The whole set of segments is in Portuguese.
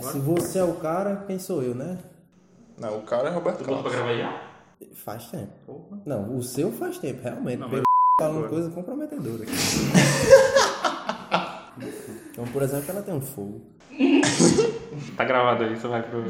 Se você é o cara, quem sou eu, né? Não, o cara é Roberto Tudo bom pra Carlos. gravar IA? Faz tempo. Porra. Não, o seu faz tempo, realmente. Não, pelo falando agora. coisa comprometedora aqui. então, por exemplo, ela tem um fogo. Tá gravado aí, você vai pro.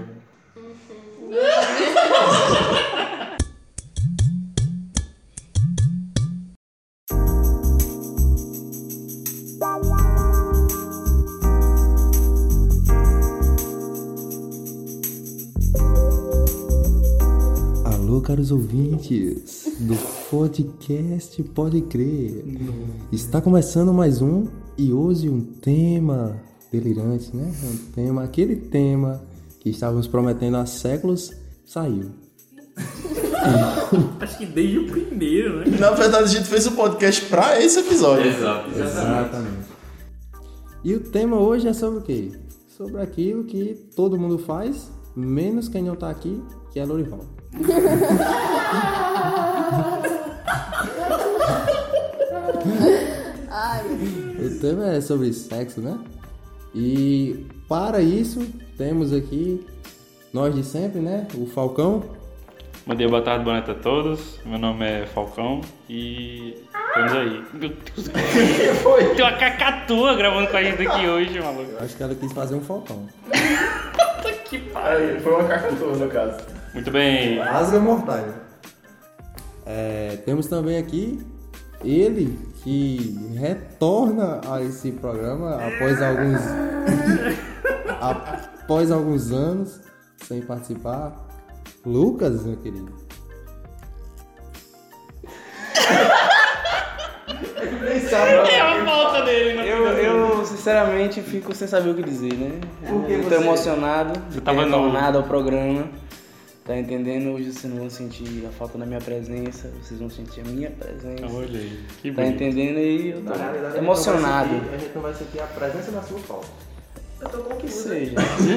Alô, caros ouvintes do podcast Pode Crer. Está começando mais um e hoje um tema delirante, né? Um tema, aquele tema que estávamos prometendo há séculos saiu. Acho que desde o primeiro, né? Na verdade, a gente fez o podcast pra esse episódio. Exato, Exatamente. E o tema hoje é sobre o quê? Sobre aquilo que todo mundo faz, menos quem não tá aqui, que é Lorival. o tema é sobre sexo, né? E para isso, temos aqui nós de sempre, né? O Falcão. Mandei boa tarde, boa noite a todos. Meu nome é Falcão e. Estamos aí. Meu Deus. Foi? Tem uma cacatua gravando com a gente aqui hoje, maluco. Acho que ela quis fazer um Falcão. Que Aí, foi uma cacatua, no caso. Muito bem. Rasga mortal. É, temos também aqui ele que retorna a esse programa após alguns após alguns anos sem participar. Lucas, meu querido. É a falta dele, né? Eu, eu, sinceramente fico sem saber o que dizer, né? eu tô emocionado de tava ter novo. retornado ao programa. Tá entendendo? Hoje vocês não vão sentir a falta da minha presença, vocês vão sentir a minha presença. Olha aí. Que Tá bonito. entendendo? E eu tô emocionado. A gente não vai sentir a presença da sua falta. Que seja.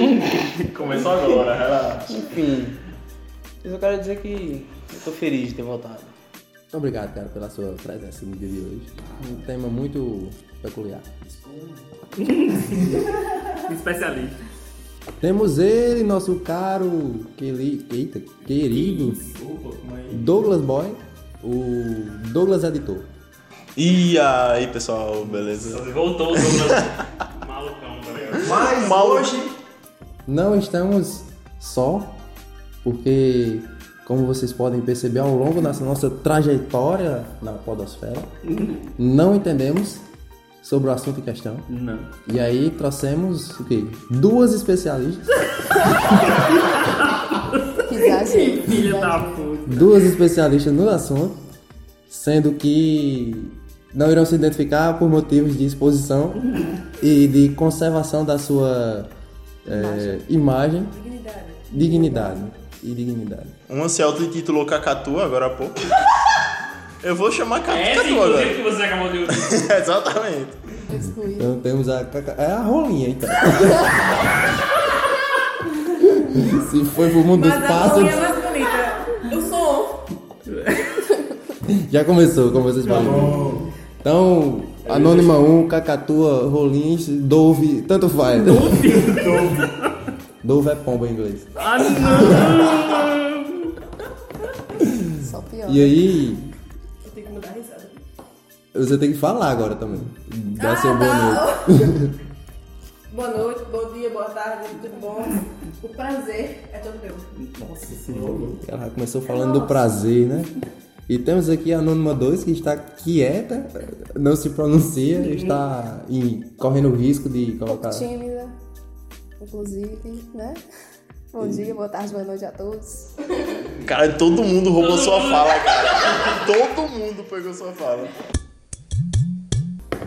Começou agora, relaxa. Enfim. Mas eu quero dizer que eu tô feliz de ter voltado. Muito obrigado, cara, pela sua presença no dia de hoje. Um tema muito peculiar. Especialista. Temos ele, nosso caro queli- eita, querido Douglas Boy, o Douglas Editor. E aí, pessoal, beleza? Voltou o Douglas. Malucão, tá ligado? Mas Mal- hoje Não estamos só, porque, como vocês podem perceber ao longo dessa nossa trajetória na Podosfera, não entendemos sobre o assunto em questão. Não. E aí trouxemos o quê? Duas especialistas. Que exagero. Filha da puta. duas especialistas no assunto, sendo que não irão se identificar por motivos de exposição e de conservação da sua eh, imagem, dignidade. e dignidade. Uma se auto-intitulou Cacatua agora há pouco. Eu vou chamar Cacatua É esse, inclusive, agora. que você acabou de ouvir. Exatamente. Excluído. Então temos a caca- é a rolinha então. se foi pro mundo dos é pássaros, mais bonita. Eu sou. já começou, como vocês falam. Então, Anônima 1, Cacatua, Rolins, Dove, tanto faz. Dove? Dove é pomba em inglês. Só pior. E aí, Eu tenho que mudar a risada. você tem que falar agora também. Ah, Dá seu boa noite. Ah, tá. Boa noite, bom dia, boa tarde, tudo bom? O prazer é todo meu. Ela começou falando do prazer, né? E temos aqui a Anônima 2, que está quieta, não se pronuncia, Uhum. está em- correndo o risco de colocar... Tímida, inclusive, né? Bom dia, boa tarde, boa noite a todos. Cara, todo mundo roubou sua fala, cara. Todo mundo pegou sua fala.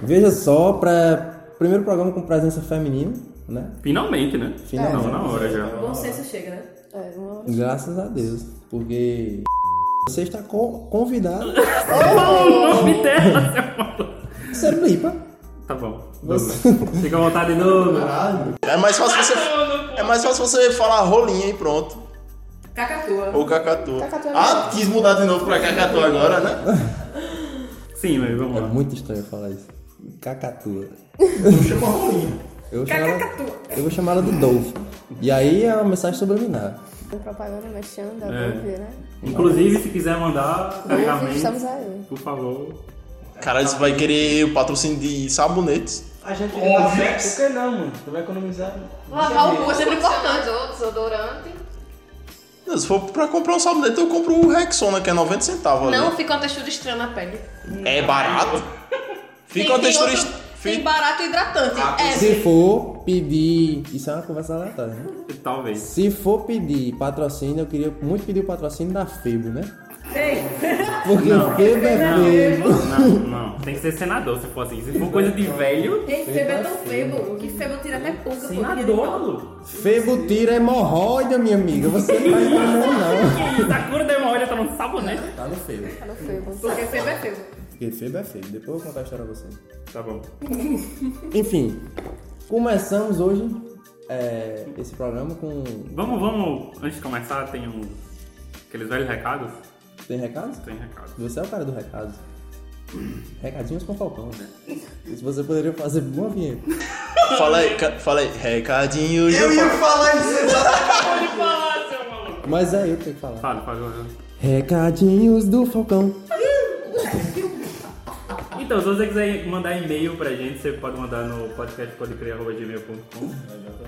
Veja só, para primeiro programa com presença feminina, né? Finalmente, né? Finalmente. Tava na hora já. Bom senso chega, né? É, uma hora. Graças a Deus, porque você está co- convidado. Falou Oh, o nome dela, seu maluco. Você limpa. Tá bom. Fica à vontade de novo. É mais fácil você, é mais fácil você falar rolinha e pronto. Cacatua. Ou Cacatua. Cacatua. Ah, quis mudar de novo pra Cacatua agora, né? Sim, mas vamos É lá. muito estranho falar isso. Cacatua. Eu chamo a rolinha. Eu vou chamar ela de Dolph. E aí é uma mensagem subliminar. Propaganda mexendo da É. Bíblia, né? Inclusive, se quiser mandar Ouve, carregamento, estamos aí. por favor. Caralho, você vai querer patrocínio de sabonetes. A gente Por que não, mano? Tu vai economizar. Lavar o rosto é importante. Condicionador, desodorante. Não, Se for pra comprar um sabonete, eu compro o Rexona, que é 90 centavos ali. Não, fica uma textura estranha na pele. É barato. Fica uma textura... Tem, est- outro- fi- Ah, tem barato e hidratante. é, Se for pedir. Isso é uma conversa aleatória, né? Talvez. Se for pedir patrocínio, eu queria muito pedir o patrocínio da Febo, né? Porque Febo é Febo. Não, não. Tem que ser senador se for assim. Se for coisa de velho, Gente, febo é tão febo que febo tira até pulga. pô, querido. senador. Febo tira hemorroida, minha amiga. Você não tá entendendo, não. Que isso? A cura da hemorroida tá no sabonete. Tá no Febo. Tá no febo. Porque febo é febo. Porque Febo é Febo. Depois eu vou contar a história a vocês. Tá bom. Enfim, começamos hoje é, esse programa com. Vamos, vamos. Antes de começar, tem um... Aqueles velhos recados? Tem recados? Tem recados. Você é o cara do recado. Recadinhos com Falcão, né? Isso você poderia fazer boa vinheta. Fala aí, ca- fala aí. Recadinho... Eu ia falar isso exatamente. Mas é eu que tenho que falar. Fala, fala. Recadinhos do Falcão. Então, se você quiser mandar e-mail pra gente, você pode mandar no podcastpodecrer.gmail.com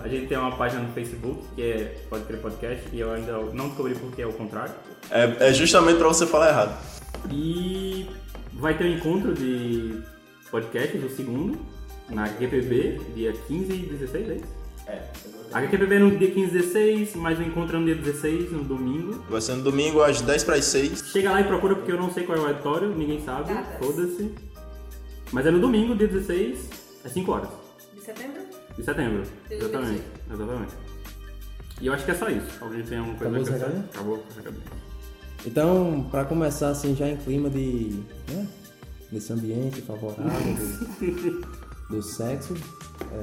A gente tem uma página no Facebook, que é Pode Crer Podcast, e eu ainda não descobri porque é o contrário. É, é justamente pra você falar errado. E vai ter um encontro de podcast do segundo, na HQPB, dia 15 e 16, é isso? É. HQPB no dia 15 e 16, mas o encontro é no dia 16, no domingo. Vai ser no domingo às 10 para as 6. Chega lá e procura porque eu não sei qual é o auditório, ninguém sabe, foda-se. Mas é no domingo, dia 16, às 5 horas. De setembro? De setembro. Exatamente. Exatamente. E eu acho que é só isso. Alguém tem alguma coisa Acabou os a acrescentar? recados? Acabou. acabou. Então, pra começar assim, já em clima de. né? Desse ambiente favorável, do, do sexo. é,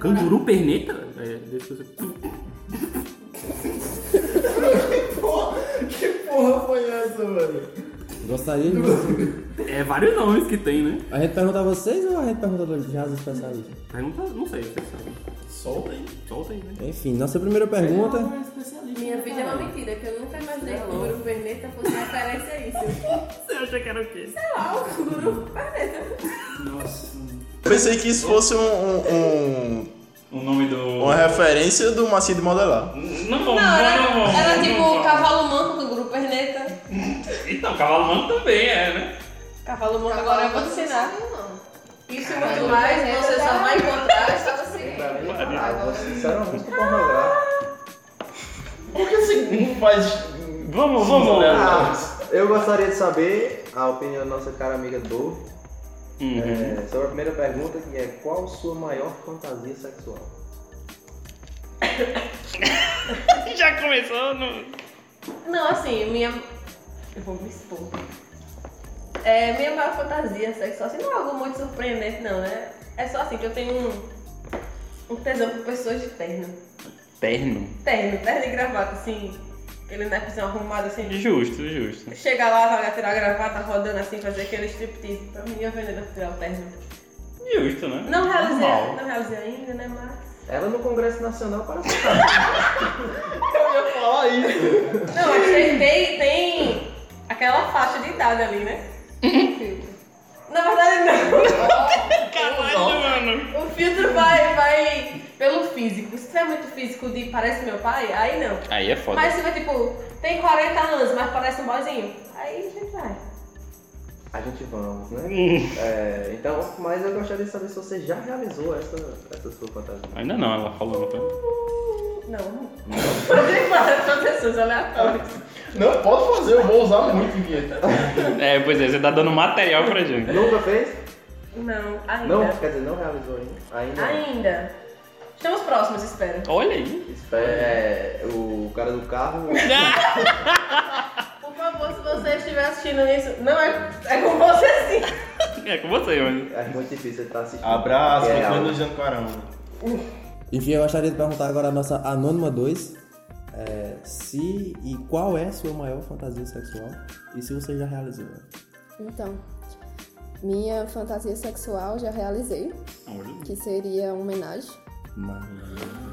Canguru perneta? É, deixa eu... Gostaria de. é vários nomes que tem, né? A gente pergunta a vocês ou a gente pergunta dos jazz especialistas? Pergunta, não sei, vocês sabem. Solta aí. Solta aí, né? Enfim, nossa primeira pergunta. Minha vida é uma mentira, que eu nunca imaginei que o Guru Perneta fosse referência a isso. Você acha que era o quê? Ah, o Guru Perneta. Eu pensei que isso fosse um, um- um- O nome do. uma referência do Macio de Modelar. Não vou, Não, era, não vou. era não tipo vou. o cavalo manco do grupo Perneta. Então, cavalo manco também é, né? Cavalo manco Cavalo agora eu vou manco. ensinar. Isso e muito mais, você só vai encontrar essa Ah, Sinceramente, pra melhorar. Por que você não faz. Vamos, vamos. Ah, eu gostaria de saber a opinião da nossa cara amiga Dor Uhum. é, sobre a primeira pergunta, que é qual sua maior fantasia sexual? Já começou no. Não, assim, minha. Eu vou me expor. É, minha maior fantasia sexual, assim, não é algo muito surpreendente, não, né? É só assim que eu tenho um, um tesão por pessoas de terno. Terno. Terno, terno e gravata, assim. Ele não é assim, arrumado assim. Justo, justo. Chega lá, vai tirar a gravata rodando assim, fazer aquele striptease. Pra mim, eu vendedor tirar o terno. Justo, né? Não realizei, Normal. não realizei ainda, né? Mas. Ela no Congresso Nacional para fantasia. Então, eu ia falar isso. Não, mas tem, tem, tem aquela faixa de idade ali, né? Na verdade, não. Caralho, mano. O filtro vai, vai pelo físico. Se tiver muito físico de parece meu pai, aí não. Aí é foda. Mas se tiver tipo, tem 40 anos, mas parece um bozinho, aí a gente vai. A gente vamos, né? Hum. É, então, mas eu gostaria de saber se você já realizou essa, essa sua fantasia. Ainda não, ela falou. não foi? Não. Fazer para pra pessoas aleatórias. Não, pode fazer, eu vou usar muito em vinheta. É, pois é, você tá dando material pra gente. Nunca fez? Não, ainda. Não, quer dizer, não realizou ainda. Ainda. não. Ainda. Estamos próximos, espero. Olha aí. É, o cara do carro. Por favor, se você estiver assistindo isso, não é, é com você sim. É com você, mano. É muito difícil ele tá assistindo. Abraço, É, foi algo. no Jancarão. Enfim, eu gostaria de perguntar agora a nossa Anônima 2 é, se e qual é a sua maior fantasia sexual e se você já realizou. ela. Então, minha fantasia sexual já realizei, Olha. que seria uma homenagem Mas,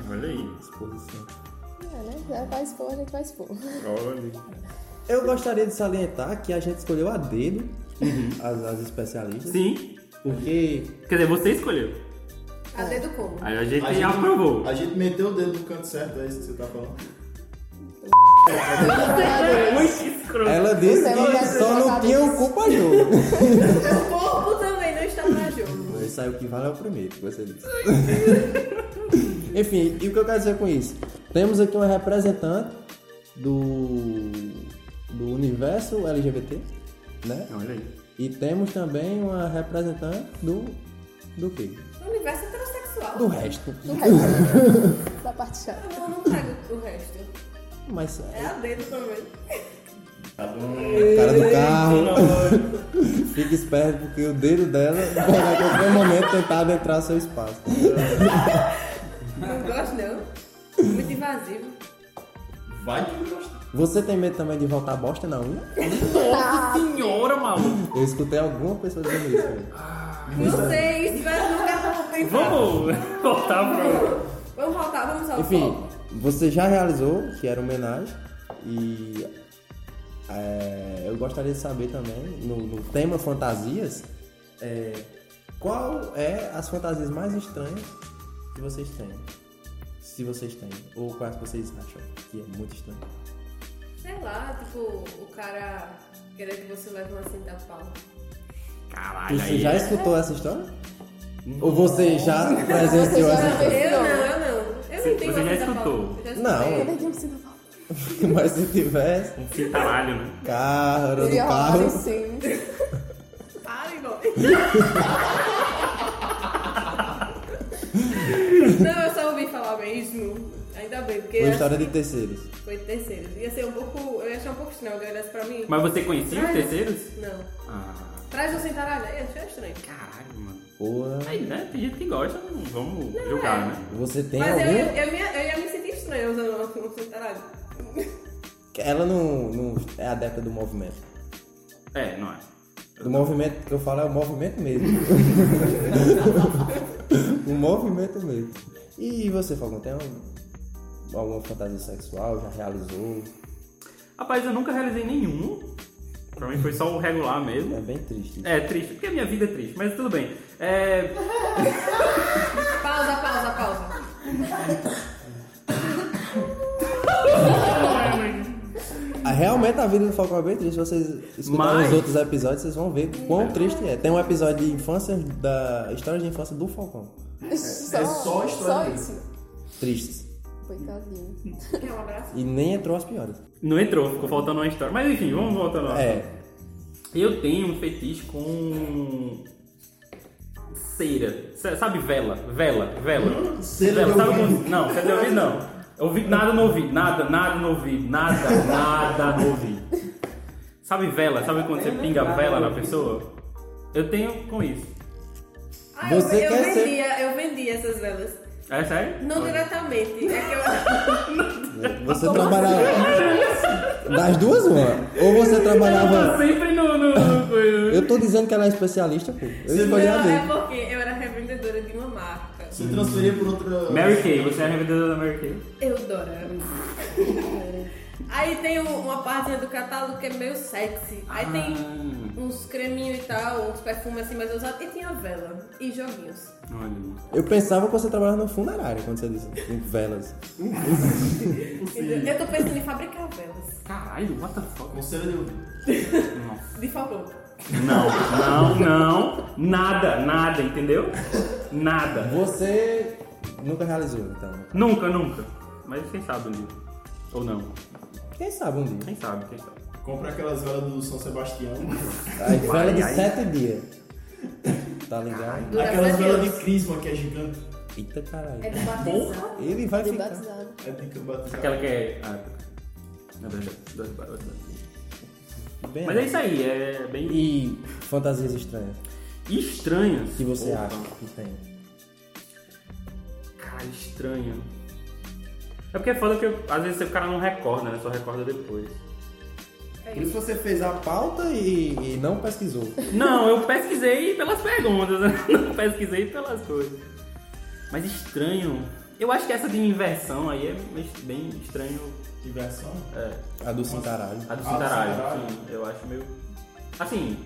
Olha aí. exposição. É, né? Já vai expor, a gente vai expor. Eu gostaria de salientar que a gente escolheu a dedo Uhum. as, as especialistas. Sim. Porque Quer dizer, você escolheu. A dedo como? Aí a gente, A gente- aprovou. A gente meteu o dedo no canto certo, é isso que você tá falando. Muito escroto. ela disse Você não que quer só não jogar tinha o nisso. culpa jogo. Meu corpo também não está pra jogo. Mas saiu que vale é o primeiro que você disse. Enfim, e o que eu quero dizer com isso? Temos aqui uma representante do, do universo LGBT, né? Olha aí. E temos também uma representante do. do quê? O universo heterossexual. Do resto. Do resto. da parte chata. Eu não trago o resto. Mas É a dedo também. É. cara do carro. Fique esperto porque o dedo dela vai a qualquer momento tentar adentrar seu espaço. Não gosto não. Muito invasivo. Vai que gosta. Você tem medo também de voltar bosta na unha? Nossa senhora, maluco. Eu escutei alguma pessoa dizendo isso. Ah, velho. Não sei, isso vai nunca tá pensando. Vamos voltar pro. Vamos voltar, vamos ao Enfim, foco. você já realizou, que era homenagem, e é, eu gostaria de saber também, no, no tema fantasias, é, qual é as fantasias mais estranhas que vocês têm? Se vocês têm, ou quais vocês acham que é muito estranho. Sei lá, tipo, o cara querer que você leve uma cinta pau. Caralho, Você aí. já escutou essa história? Ou você já presenciou Você já essa fez- história? Eu não, eu não. Eu não tenho Você uma já cinta pau. escutou? Eu já Eu Não, dei um sinal. mas se tivesse, Um cintaralho, né? carro, do Ele ia rolar assim, lá em carro. cima. Para, irmão. Não, eu só ouvi falar mesmo. Ainda bem, porque Uma tá- eu história de terceiros. acho que foi terceiro. Ia ser um pouco. Eu ia achar um pouco estranho alguém olhasse pra mim. Mas você conhecia os Traz- terceiros? Não. Ah, Traz um cintaralho. Eu achei estranho. caralho, mano. Boa. Aí, né? Tem gente que gosta, não vamos julgar, né? Você tem Mas eu, algum? ia- eu, ia- eu ia me sentir estranha usando um cintaralho. Ela não, não é adepta do movimento. É, não é. Do movimento que eu falo é o movimento mesmo. o movimento mesmo. E você, Falcão, tem algum- alguma fantasia sexual? Já realizou? Rapaz, eu nunca realizei nenhum. Pra mim foi só o regular mesmo. É bem triste. É triste, porque a minha vida é triste, mas tudo bem. É, Pausa, pausa, pausa. Ah, Realmente a vida do Falcão é bem triste. Vocês escutarem Mas- os outros episódios, vocês vão ver quão triste é. Tem um episódio de infância, da história de infância do Falcão. só a Só, história só dele. isso. Tristes. Coitadinho. Quer um abraço? E nem é entrou as piores. não entrou, ficou faltando uma história. Mas enfim, vamos voltar lá. É. Eu tenho um fetiche com. cera. Cê- Sabe vela? Vela, vela. Hum, Cera de sabe ouvido. quando- Não, cera de ouvido não. Ouvido, nada no ouvido, nada, nada no ouvido, nada, nada no ouvido. Sabe vela? Sabe quando você pinga vela na pessoa? Eu tenho com isso. Ah, Você eu, eu quer ser- vendia, eu vendia essas velas. É sério? Não diretamente. É que eu. Você trabalhava. Das duas, uma. Ou você trabalhava. Eu tô sempre no. no- no- Eu tô dizendo que ela é especialista, pô. Eu Você escolhi a Não, é dele. porque eu era revendedora de uma marca. Você transferia por outra. Mary Kay, você é a revendedora da Mary Kay. Eu adorava. Aí tem um- uma página do catálogo que é meio sexy. Aí tem Ah, uns creminhos e tal, uns perfumes assim mais ousados. E tinha vela e joguinhos. olha. Eu pensava que você trabalhava no funerário quando você disse. Em velas. Entendeu? Eu tô pensando em fabricar velas. Caralho, what the fuck? Com cera de ouvido. De favor. Não, não, não. Nada, nada, entendeu? Nada. Você nunca realizou, então. Nunca, nunca. Mas quem sabe um dia. Ou não. Quem sabe um dia. Quem sabe, quem sabe. Compra aquelas velas do São Sebastião. As velas de ai. sete dias. Tá ligado? Dura Aquelas sete velas anos. de Crisma que é gigante. Eita caralho. É de batizado. Ele vai De ficar. batizado. É de cambatizado. Aquela que é. Ah, na verdade, dois barulhos. Bem, Mas é isso aí, é bem E fantasias estranhas estranho. assim. que você Opa. acha que tem? Cara, estranho. É porque é foda que eu- às vezes o cara não recorda, né? Só recorda depois. É Por isso. isso você fez a pauta e, e não pesquisou. Não, eu pesquisei pelas perguntas, né? Não pesquisei pelas coisas. Mas estranho. Eu acho que essa de inversão aí é mes- bem estranho. Inversão? É. A do Cintaralho. A do A do Cintaralho, Cintaralho. sim. Eu acho meio. Assim.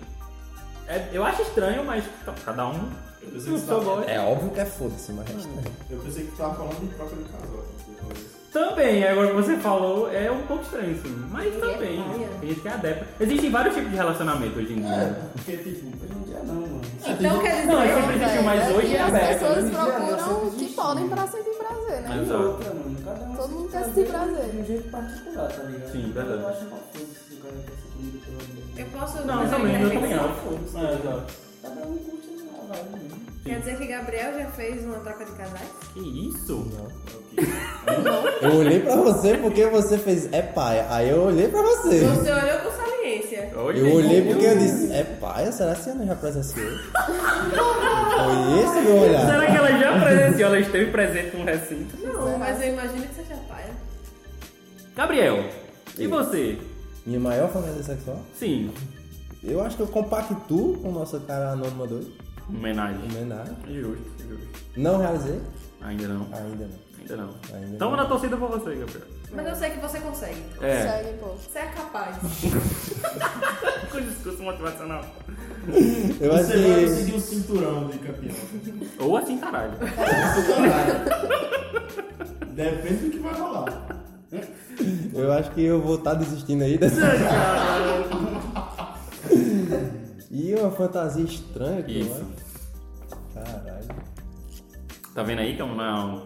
é- eu acho estranho, mas ca- cada um. Eu no pensei que seu você tava- gosto. É óbvio que é foda-se, mas é estranho. Eu pensei que tu tava falando de troca de casal. quando você falou isso. Também, é, agora que você falou, é um pouco estranho, sim. Mas também. Tem gente que é adepta. Existem vários tipos de relacionamento hoje em dia. né? Porque, tipo, hoje em dia não, mano. Então É, quer dizer. Não, eu sempre digo, mas velho, hoje que é as aberto, pessoas hoje em dia procuram não, o que podem pra sentir prazer, né? Exato. outra, mano. Cada um Todo mundo quer fazer sentir prazer. né? De um jeito particular, tá ligado? Sim, verdade. Eu acho uma foda se o cara quer ser comigo pelo amor. Eu posso Não, fazer assim. também, uma eu também intervenção? acho. É, exato. Cada um curte a vibe mesmo. Quer dizer que Gabriel já fez uma troca de casais? Que isso? Eu olhei pra você porque você fez é paia. Aí eu olhei pra você. Você olhou com saliência. Eu olhei porque eu disse, é paia? Será que você não já presenciou? Foi é esse meu olhar. Será que ela já presenciou? Ela esteve presente num recinto. Não, mas eu imagino que seja paia. Gabriel, e você? Minha maior fantasia sexual? Sim. Eu acho que eu compactuo com nossa cara anônima 2. Homenagem. Homenagem. Justo, justo. Não realizei? Ainda não. Ainda não. Ainda não. Ainda Tamo não. na torcida por você, Gabriel. Mas eu sei que você consegue. É. Consegue, pô. Você é capaz. Com discurso motivacional. Eu acho Você vai que. conseguir o cinturão de campeão. Ou assim, caralho. Depende do que vai rolar. Eu acho que eu vou estar desistindo aí dessa. E uma fantasia estranha que Isso. eu acho. Caralho. Tá vendo aí? Tamo na.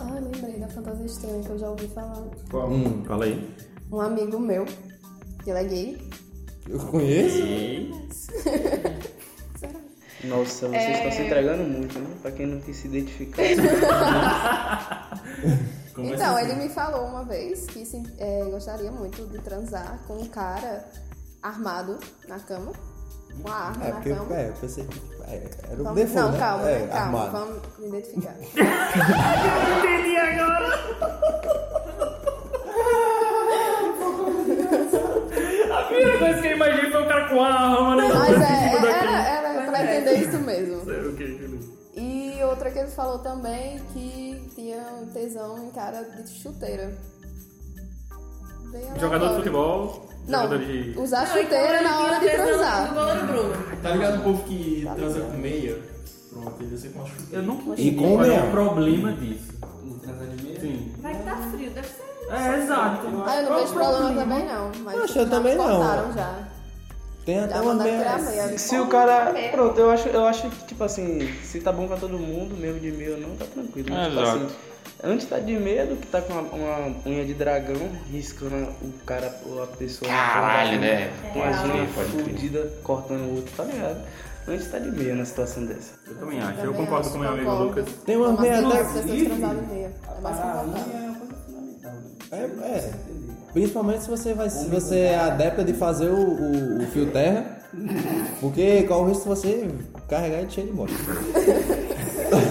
Ah, lembrei da fantasia estranha que eu já ouvi falar. Hum, Fala aí. Um amigo meu, que ele é gay. eu conheço? E... Será? Nossa, vocês É. estão se entregando muito, né? Pra quem não quis se identificar. é então, ele me falou uma vez que se, é, gostaria muito de transar com um cara armado na cama. Com a arma É, na porque cama. é, eu pensei que é, era o Então, Vamos- default. não, né? calma, é, né? calma, armado. vamos me identificar. Entendi agora! A primeira coisa que eu imaginei foi o cara com a arma, né? Mas é, é- era, era pra entender isso mesmo. Ok, beleza. E outra que ele falou também que tinha um tesão em cara de chuteira. Bem Jogador de aleatório. futebol, Não, jogador de. Não, usar e chuteira quando na ele hora de tinha tesão transar. Do goleiro Bruno. Tá ligado o povo que transa com meia? Pronto, ele ia ser com a chuva. Eu não E consigo com qual é leão. o problema disso. Sim. Vai que tá frio, deve ser. É, exato. Ah, eu não vejo problema também né? não. Mas Poxa, tipo, eu já também não. cortaram já. Tem até Já uma mandaram tirar a meia. meia. Se o cara. Pronto, eu acho, eu acho que, tipo assim, se tá bom pra todo mundo, mesmo de meia ou não, tá tranquilo. Mas, É, tipo exato. assim, antes tá de meia do que tá com uma, uma unha de dragão, riscando o cara ou a pessoa. Caralho, com né? Com as Pode crer, unhas pode crer. fodidas, cortando o outro, tá ligado? Antes tá de meia na situação dessa. Eu também acho. Eu concordo com o meu amigo concordo. Lucas. Tem uma Mas meia Ah, tem até umas pessoas transadas em meia. É mais confortável. é uma coisa fundamental, né? É, é. Principalmente se você vai, se você é adepta de fazer o, o- o fio terra, porque qual o risco de você carregar e cheio de bosta.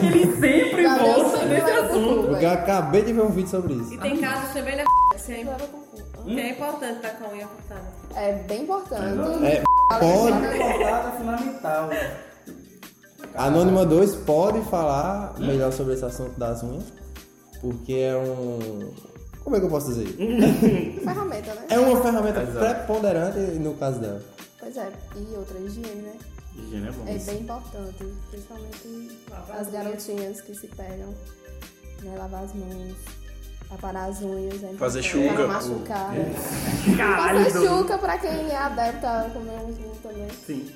Ele sempre Gabriel volta sempre nesse leva pro assunto. cu, Eu velho. acabei de ver um vídeo sobre isso. E tem casos também da que é, Leva pro cu. que é importante estar com a unha cortada. É bem importante. É, tá pode, assim, né? Cortada é fundamental. Anônima 2 pode falar melhor sobre esse assunto das unhas, porque é um. Como é que eu posso dizer? Ferramenta, né? É uma ferramenta preponderante no caso dela. Pois é. E outra, higiene, né? Higiene é bom. É bem importante. Principalmente as garotinhas que se pegam. Né? Lavar as mãos. Aparar as unhas. É Fazer importante. chuca, Pra não pô. machucar. né? Caralho, Fazer Douglas. chuca pra quem é adepto a comer um vinho também. Sim.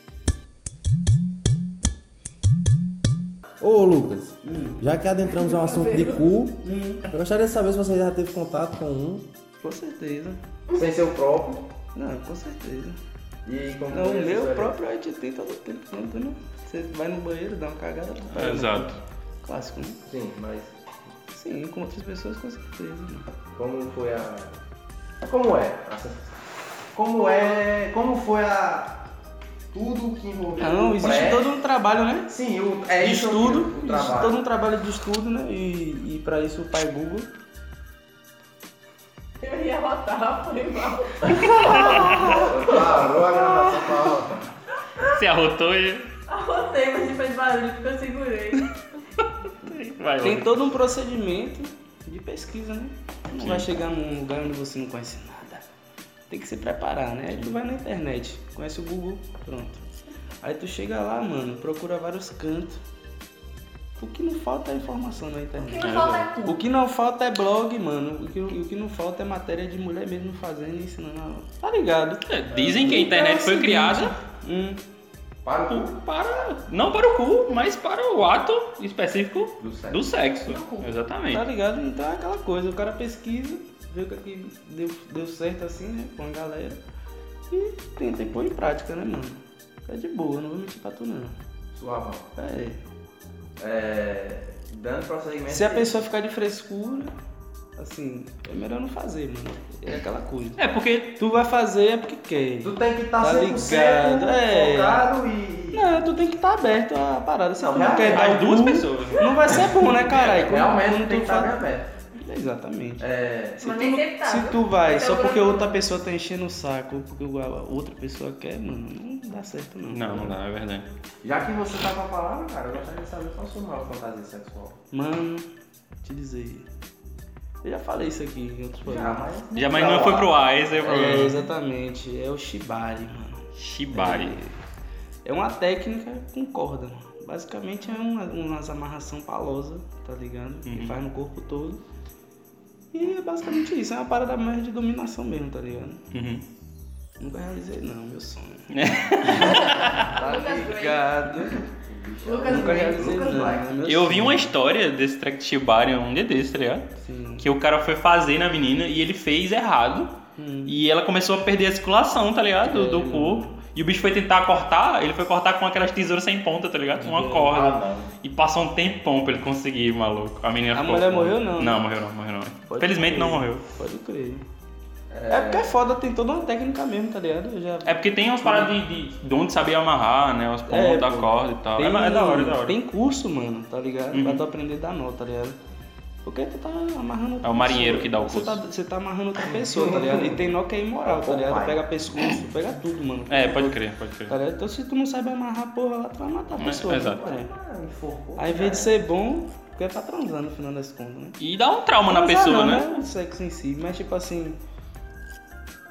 Ô Lucas, já que adentramos ao assunto de cu, eu gostaria de saber se você já teve contato com um. Com certeza. Sem ser o próprio. Não, com certeza. E como Não, foi o essa meu história? próprio é de 80 do tempo, não, tu não. Você vai no banheiro, dá uma cagada. tu É, para, né? Exato. Clássico, né? Sim, mas Sim, com outras pessoas, com certeza. né? como foi a. Como é? a sensação? Como é. Como foi a. Tudo que envolveu. Não, o existe pré- todo um trabalho, né? Sim, o, é de isso que estudo, o existe trabalho. todo um trabalho de estudo, né? E, e pra isso o pai Google. Eu ia botar, foi mal. Parou a gravação pra alta. Se arrotou e. Arrotei, mas ele fez barulho porque eu segurei. Vai, Tem Rodrigo. todo um procedimento de pesquisa, né? Não Sim. vai chegar num lugar onde você não conhece nada. Tem que se preparar, né? Aí tu vai na internet, conhece o Google, pronto. Aí tu chega lá, mano, procura vários cantos. O que não falta é informação na internet. Né, O que não falta é tudo. O que não falta é blog, mano. O que, o que não falta é matéria de mulher mesmo fazendo e ensinando. a- Tá ligado? Dizem que a Então é o internet foi seguinte, criada hum, para o cu. Para, não para o cu, mas para o ato específico do sexo. Exatamente. Tá ligado? Então é aquela coisa, o cara pesquisa, vê o que, é que deu, deu certo assim, né? Com a galera. E tenta pôr em prática, né, mano? É de boa, não vou mentir pra tu não. Suavão. É. É, dando prosseguimento. é. Se a pessoa ficar de frescura, assim, é melhor não fazer, mano. É aquela coisa. É porque tu vai fazer é porque quer. Tu tem que estar tá 100% ligado? É. focado e. Não, tu tem que estar aberto à parada. Se tu não quer dar As o duas cu, pessoas. Não vai ser bom, né, caralho? Quando- Realmente quando tem que tu tá estar fala- aberto. Exatamente. É, se, Mas tu, nem não- sempre tá, se viu? tu vai Então, só porque pra- outra pessoa tá enchendo o saco, ou porque a outra pessoa quer, mano, não dá certo não. Não, não dá, é verdade. Já que você tá com a palavra, cara, eu gostaria de saber qual a sua maior fantasia sexual. Mano, te dizer. Eu já falei isso aqui em outros programas. mas- Já, mas não foi pro ar, esse é o problema. É, exatamente. É o shibari, mano. Shibari. É, é uma técnica com corda, mano. Basicamente é uma, umas amarração palosa, tá ligado? Uhum. Que faz no corpo todo. E é basicamente isso. É uma parada mais de dominação mesmo, tá ligado? Uhum. Nunca realizei, não, meu sonho. Lucas Black. Obrigado. Nunca Lucas Black, realizei, Lucas Black. não. meu Eu ouvi sonho. uma história desse track de Shibari um dia desse, tá ligado? Que o cara foi fazer na menina e ele fez errado. Hum. E ela começou a perder a circulação, tá ligado? Do, do É. corpo. E o bicho foi tentar cortar, ele foi cortar com aquelas tesouras sem ponta, tá ligado? Com É. uma corda. E passou um tempão pra ele conseguir, maluco. A menina Ah, A ficou. mulher morreu, não, Não, né? morreu não, morreu não. Pode Felizmente crer, não morreu. Pode crer. É porque é foda, tem toda uma técnica mesmo, tá ligado? Eu já... É porque tem umas paradas de, de, de onde saber amarrar, né? Os pontos É, da pô. corda e tal. Tem, É, mas é da hora, é da hora. Tem curso, mano, tá ligado? Uhum. Pra tu aprender a dar nó, tá ligado? Porque tu tá amarrando outra É o marinheiro pessoa. que dá o Você curso. tá, você tá amarrando outra pessoa, tá ligado? E tem nó que é imoral, tá ligado? Pega pescoço, pega tudo, mano. É, pode crer, pode crer. Tá ligado? Então se tu não sabe amarrar a porra lá, tu vai matar a É, pessoa. exato. né? Ah, me forrou. Aí, ao invés de ser bom, tu é pra transar no final das contas, né? E dá um trauma na Transar pessoa, não, né? Não é o sexo em si, mas tipo assim.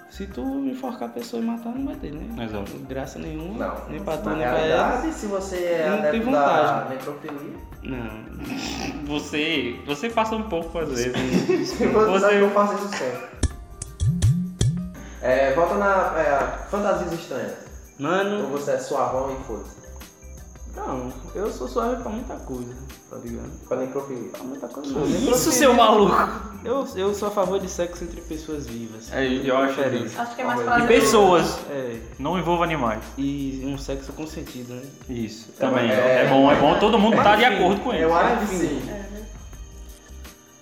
Se tu enforcar a pessoa e matar, não vai ter, né? Exato. Graça nenhuma, Não. nem pra tu, Na nem pra ela. realidade, se você é Não tem adepto da vantagem. necrofilia, Não. Você. Você passa um pouco às vezes. você sabe que eu faço isso sempre. É, volta na é, fantasias estranhas. Ou Mano, você é suavão e foda-se. não, eu sou suave pra muita coisa, tá ligado? Pra necrofilia. Pra muita coisa não. Isso, seu maluco! Eu, eu sou a favor de sexo entre pessoas vivas. É, eu acho isso. Acho que é mais E prazeroso. pessoas. É, Não envolva animais. e um sexo consentido, né? Isso. Também. É, bom, é bom. Todo mundo tá de acordo com Eu isso. acho que sim. É, né?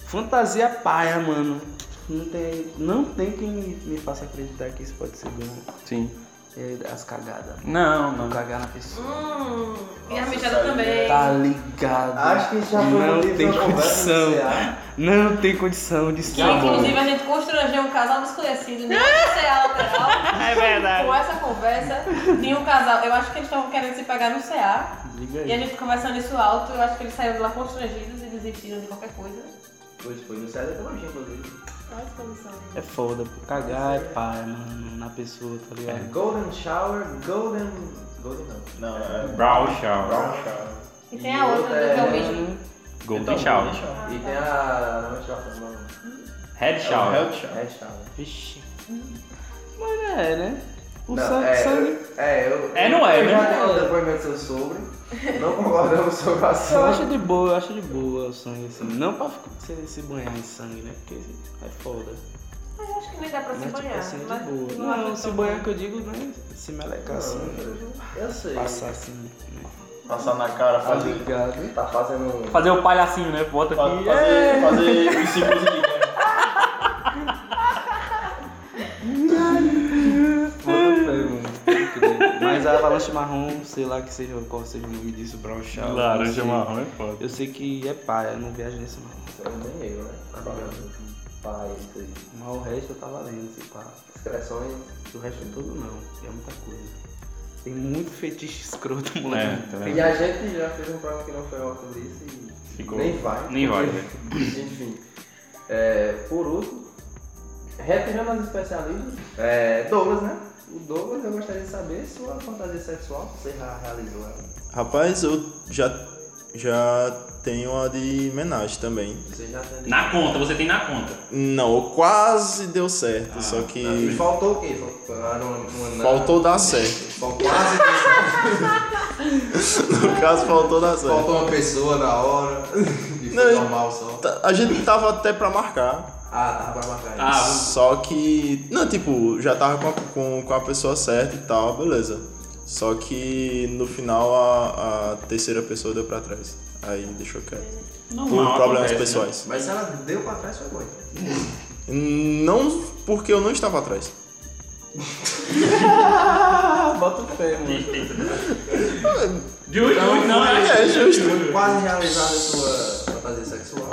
Fantasia paia, mano. Não tem, não tem quem me, me faça acreditar que isso pode ser bom. Sim. É, as cagadas. Não, Não não. cagar na pessoa. Hum, e a mijada também. Tá ligado. Acho que já foi Não no livro tem da conversa condição. do CA. Não tem condição de Que ser bom. inclusive a gente constrangeu um casal desconhecido no CA lateral. É verdade. Com essa conversa, tinha um casal. Eu acho que eles estavam querendo se pegar no CA. Diga E a aí. gente conversando isso alto. Eu acho que eles saíram de lá constrangidos e desistiram de qualquer coisa. Pois foi no CA da teologia, inclusive. Olha a exposição. É foda, pô. Cagar é paia, mano, na pessoa, tá ligado? Golden Shower, Golden. Golden Não, não. é. Brown shower. Brown Shower. E tem a outra, É. do que é o mesmo. Então, Golden shower. E tem a. Não é Shower, não. Head shower. Health Shower. É Shower. Vixe. Mas é, né? O Não, sangue, é, sangue. É, eu. É, não é, eu né? já dei um depoimento seu sobre. Não concordamos sobre o Eu assunto. acho de boa, eu acho de boa o sangue assim. Não pra ficar- se, se banhar em sangue, né? Porque é foda. Mas eu acho que nem dá pra se Mas tipo banhar. assim, é de mas boa. acho Não, tão se banhar que eu digo, né? Se melecar assim, Eu sei. passar assim. Né? Passar na cara, Tá fazer. ligado? Tá fazendo. Fazer o palhacinho, né? Bota fa- aqui. Fazer. Fazer. os símbolos de guerra. Bota fé, mano. Pode crer. Mas a avalanche marrom, sei lá que seja qual seja o nome disso, brown shower. não sei. é foda. Eu sei que é paia, não viajo nesse não. Eu nem eu, né? Trabalhando. Pai, isso aí. Mas tá assim, o resto eu tava lendo, sei pá. Expressões. O resto todo não, é muita é coisa. Tem muito fetiche escroto, moleque. É, tá Tem E a gente já fez um próximo que não foi ao sobre isso e Ficou. nem vai. Nem vai, né? porque- Enfim. É, por último, retirando as especialistas, é, Douglas, né? O Douglas, eu gostaria de saber sua fantasia sexual, você já realizou ela. Rapaz, eu já, já tenho a de homenagem também. Você já tem... Na conta, você tem na conta. Não, quase deu certo, Ah, só que E faltou o quê? Faltaram uma, tá. uma faltou dar certo. Só quase No caso, faltou dar certo. faltou uma pessoa na hora. E foi Não, normal só. Tá- A gente tava até pra marcar. Ah, tava pra marcar isso. Só que. Não, tipo, já tava com a, com, com a pessoa certa e tal, beleza. Só que no final a, a terceira pessoa deu pra trás. Aí deixou quieto. Por Normal, problemas acontece, né? pessoais. Mas se ela deu pra trás, foi bom. Não porque eu não estava atrás. Ah, Bota o pé, mano. Justo, justo, não, é. É justo. Tipo, Quase realizada a sua fantasia sexual.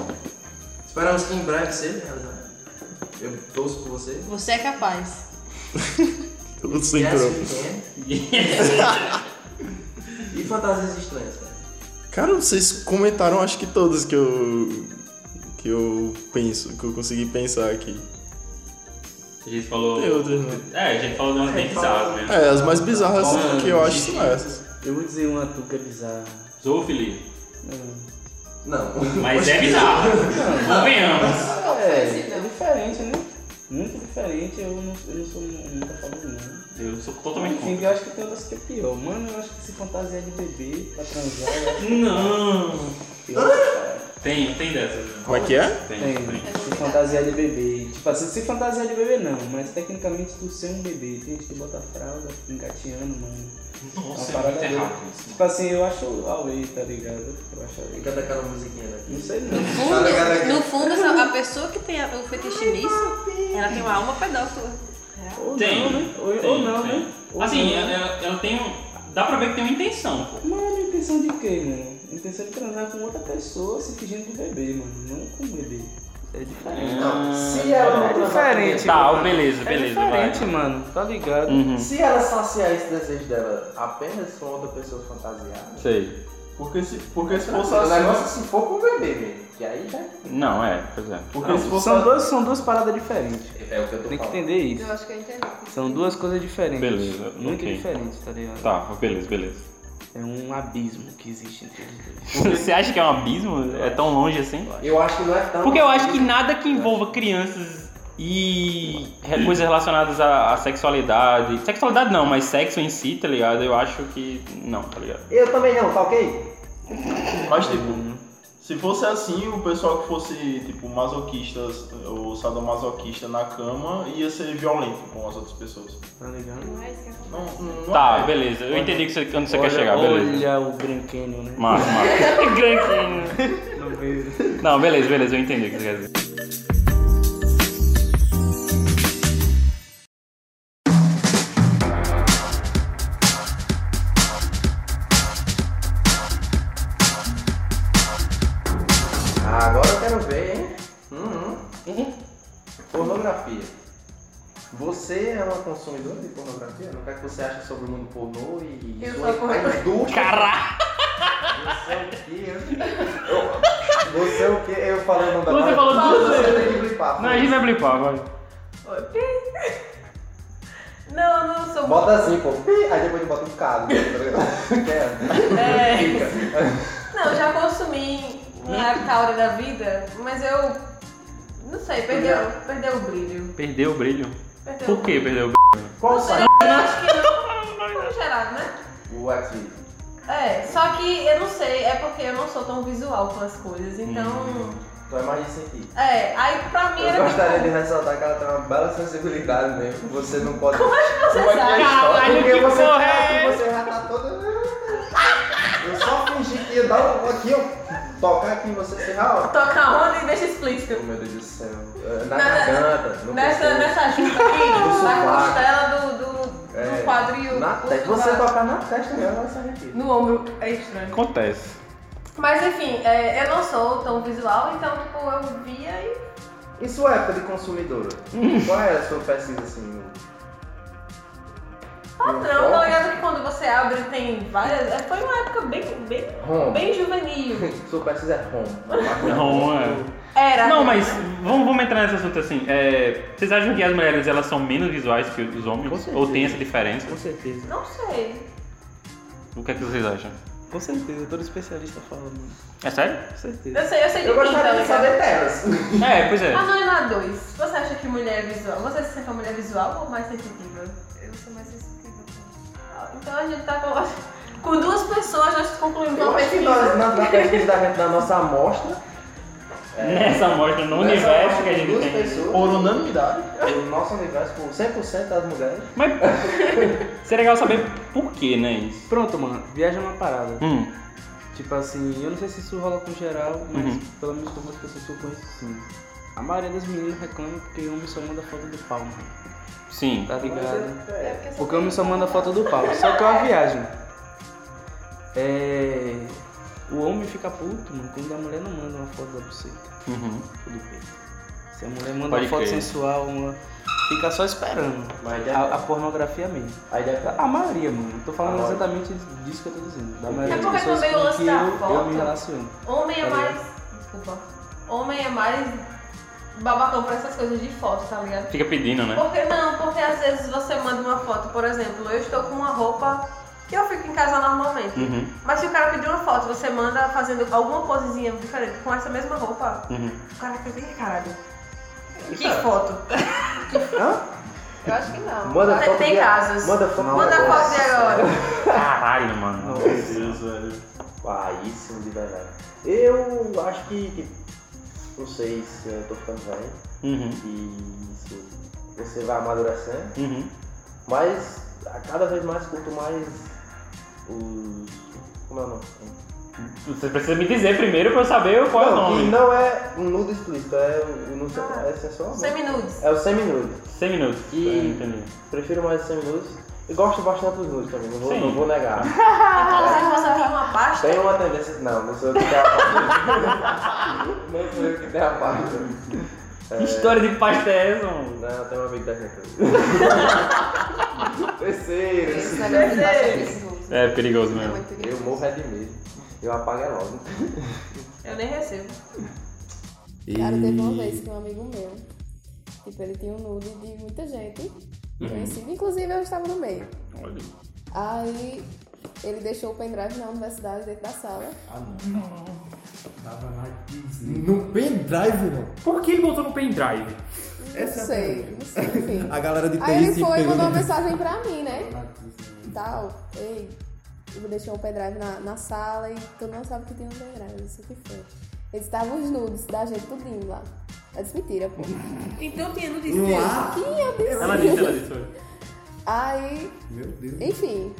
Esperamos que em breve seja realizada. Eu torço por você. Você é capaz. Eu sei Yes, pro- we can. E fantasias estranhas, cara. Cara, vocês comentaram acho que todas que eu. que eu penso, que eu consegui pensar aqui. A gente falou. Tem outras, né? É, a gente falou de umas bem bizarras mesmo. É, as mais bizarras Mano, que eu acho são essas. Eu vou dizer uma tuca bizarra. né? Zoofilia. Não. Não. Mas é bizarro. Convenhamos. É, é diferente, né? Muito diferente, eu não, eu não sou muito a favor, não. Eu sou totalmente Enfim, contra. eu acho que tem outras que é pior. Mano, eu acho que se fantasiar de bebê pra transar, eu acho é Não. pior, cara. Tem, tem dessas. né? Como é que é? Tem, Tem, tem. se fantasiar de bebê. Tipo assim, se fantasiar de bebê não, mas tecnicamente tu ser um bebê. Tem gente que bota fralda, engateando, mano. Nossa, Uma é muito parada errado isso. Tipo assim, eu acho away, tá ligado? Eu acho away. Canta aquela musiquinha daqui. Não sei não. Fundo, ligado aqui? é. no fundo, essa- a pessoa que tem a- o fetiche nisso, ela tem uma alma pedófila. Ou Tem. não, né? Ou, tem, ou não, tem. né? Ou Assim, não. ela, ela- ela tem um. Dá pra ver que tem uma intenção, pô. Mano, intenção de quê, mano? Intenção de transar com outra pessoa se fingindo de bebê, mano. Não com bebê. É diferente. Não, se ela não transar É com diferente, ele, Tá, mano. beleza, é beleza, diferente, mano. Tá ligado? Uhum. Se ela saciar esse desejo dela apenas com outra pessoa fantasiada, Sei. Porque se, porque se fosse o assim. negócio é se for com o bebê mesmo, que aí já Não, é, pois é. Porque se fosse São duas, são duas paradas diferentes. é o que eu tô Tem que falando. entender isso. Eu acho que eu entendi. São duas coisas diferentes. Beleza, Muito ok. diferentes, tá ligado? Tá, beleza, beleza. É um abismo que existe entre os dois. Você acha que é um abismo? É tão longe assim? Eu acho que não é tão. Porque eu acho que nada que envolva crianças e re- coisas relacionadas à, à sexualidade. Sexualidade não, mas sexo em si, tá ligado? Eu acho que. Não, tá ligado? Eu também não, tá ok? Mas tipo, se fosse assim, o pessoal que fosse, tipo, masoquista ou sadomasoquista na cama ia ser violento com as outras pessoas. Tá ligado? Não é isso que acontece. Não, não não Tá, é. beleza. Eu entendi que você, onde você olha, quer chegar, beleza. Olha o Grand Canyon, né? Massa, massa. Granquinho. No meio. Não, beleza, beleza, eu entendi o que você quer dizer. Ah, agora eu quero ver, hein? Uhum. Pornografia. Você é uma consumidora de pornografia? O que é que você acha sobre o mundo pornô e Eu sua sou pornô. a indústria? Caraca! Você é o quê? Eu- Você é o quê? Eu falei o nome da Você marca. falou duas Você vezes. tem que blipar. Não, a gente vai blipar, vai. Não, eu não sou Bota assim, pô. Pi, Aí depois bota um cado. tá ligado? Quer? É. Fica. Não, já consumi na época a hora da vida, mas eu. Não sei, perdeu, perdeu o brilho. Perdeu o brilho. Perdeu Por o que perdeu o Qual o Não, site? Eu acho que não. Foi gerado, né? O X-Video. É, só que eu não sei, é porque eu não sou tão visual com as coisas, então. Então é mais de sentido. É, aí pra mim Eu era gostaria de tipo. ressaltar que ela tem uma bela sensibilidade mesmo. Você não pode. Como é que você Como é que é sabe? a história? Caralho, Porque que você porra tá é aqui, Você já tá toda. Eu só fingi que ia dar um aqui, ó. Tocar aqui em você, você já, ó. Toca onda e deixa Oh, explícito. meu Deus do céu. É, Na Na- garganta, no Nessa, pescoço. nessa junta aqui, da sovaco. costela do, do, É, do quadril. Na do testa. Você sovaco. tocar na testa dela, ela se arrepia. No ombro, é estranho. Acontece. Mas enfim, é, eu não sou tão visual, então tipo, eu via e. E sua época de consumidora? Qual é a sua pesquisa assim? no- Padrão, tá ligado que quando você você abre, tem várias. é, Foi uma época bem, bem, Home. bem juvenil. Super Cis é home. Não, é. Era. Não, mas vamos, vamos entrar nesse assunto assim. É, vocês acham que as mulheres elas são menos visuais que os homens? Ou tem essa diferença? Com certeza. Não sei. O que é que vocês acham? Com certeza, todo especialista fala, mano. É sério? Com certeza. Eu sei, eu sei de Eu quem gostaria tá de saber ligado? delas. É, pois é. Anônima 2. Você acha que mulher é visual? Você se sente uma mulher visual ou mais sensitiva? Eu sou mais sensitiva. Então a gente tá com, com duas pessoas, nós concluímos Eu uma acho que pesquisa. nós, na, na pesquisa da, gente- da nossa amostra, Nessa amostra, no nessa universo amostra, que a gente duas tem. pessoas, É Por unanimidade. o nosso universo, com 100% das mulheres, Mas seria legal saber por que, né? Isso. Pronto, mano, viaja é uma parada. Hum, Tipo assim, eu não sei se isso rola com geral, mas Uhum. pelo menos com algumas pessoas que eu conheço sim. A maioria das meninas reclama porque o homem só manda foto do pau, mano. sim. Tá ligado? É porque Porque o homem só manda foto do pau. Só que é uma viagem. É. O homem fica puto, mano, quando a mulher não manda uma foto da buceta. Uhum. ou do peito. Se a mulher manda Pode uma foto crer. sensual, uma... fica só esperando. Mas A, a pornografia mesmo. aí deve A maioria, mano. Eu tô falando A maioria. exatamente disso que eu tô dizendo. Da maioria É das porque pessoas também o com lance que da eu, eu foto- me relaciono. Homem é Tá mais. Desculpa. Homem é mais babacão pra essas coisas de foto, tá ligado? Fica pedindo, né? Porque não, porque às vezes você manda uma foto, por exemplo, eu estou com uma roupa que eu fico em casa Hum. normalmente. Uhum, Mas se o cara pedir uma foto, você manda fazendo alguma posezinha diferente com essa mesma roupa, uhum. o cara fica assim, caralho. Que foto? Eu acho que não. manda tem foto tem de- casos. Manda foto Manda de- foto de agora. Caralho, mano. Meu Deus, velho. Ah, isso de verdade. Eu acho que, tipo, não sei se eu tô ficando velho Uhum, e se você vai amadurecendo, uhum. mas a cada vez mais curto mais os. Como é o nome? Você precisa me dizer primeiro pra eu saber qual é o não, e nome. não é um nudo explícito, é o nudo Ah, é sensual. né? Seminudes. É o seminudo. 100 minutos. E- É, Entendi. Prefiro mais os seminudos. E gosto bastante dos nudes também, não vou, Sim. não vou negar. Inclusive, você tem uma pasta. Tem uma tendência. Não, não sou eu que tenho a parte. não sou eu que tenho a parte. Que história de pasta é essa, mano? Não, tem um amigo da gente. Terceiro. Esse negócio de baixo é perigoso. É perigoso É mesmo. muito Eu perigoso. morro é de medo. Eu apago é logo. Eu nem recebo. Cara, E- teve uma vez que um amigo meu, tipo, ele tinha um nude de muita gente conhecida, inclusive eu estava no meio. Aí ele deixou o pendrive na universidade dentro da sala. Tava na Disney. No pendrive, não. Por que ele botou no pendrive? Não Essa é a sei, não sei, enfim. A galera de Aí TI ele se foi e pegou mandou uma no- mensagem pra mim, né? Na Disney. Tal, ei, eu deixei o pendrive na, na sala e tu não sabe que tinha um pendrive, isso que foi. Eles estavam os nudes da gente tudinho lá. Eu disse, mentira, pô. Então tinha no Lá? Ela disse, ela disse. olha. Aí, Meu Deus. enfim,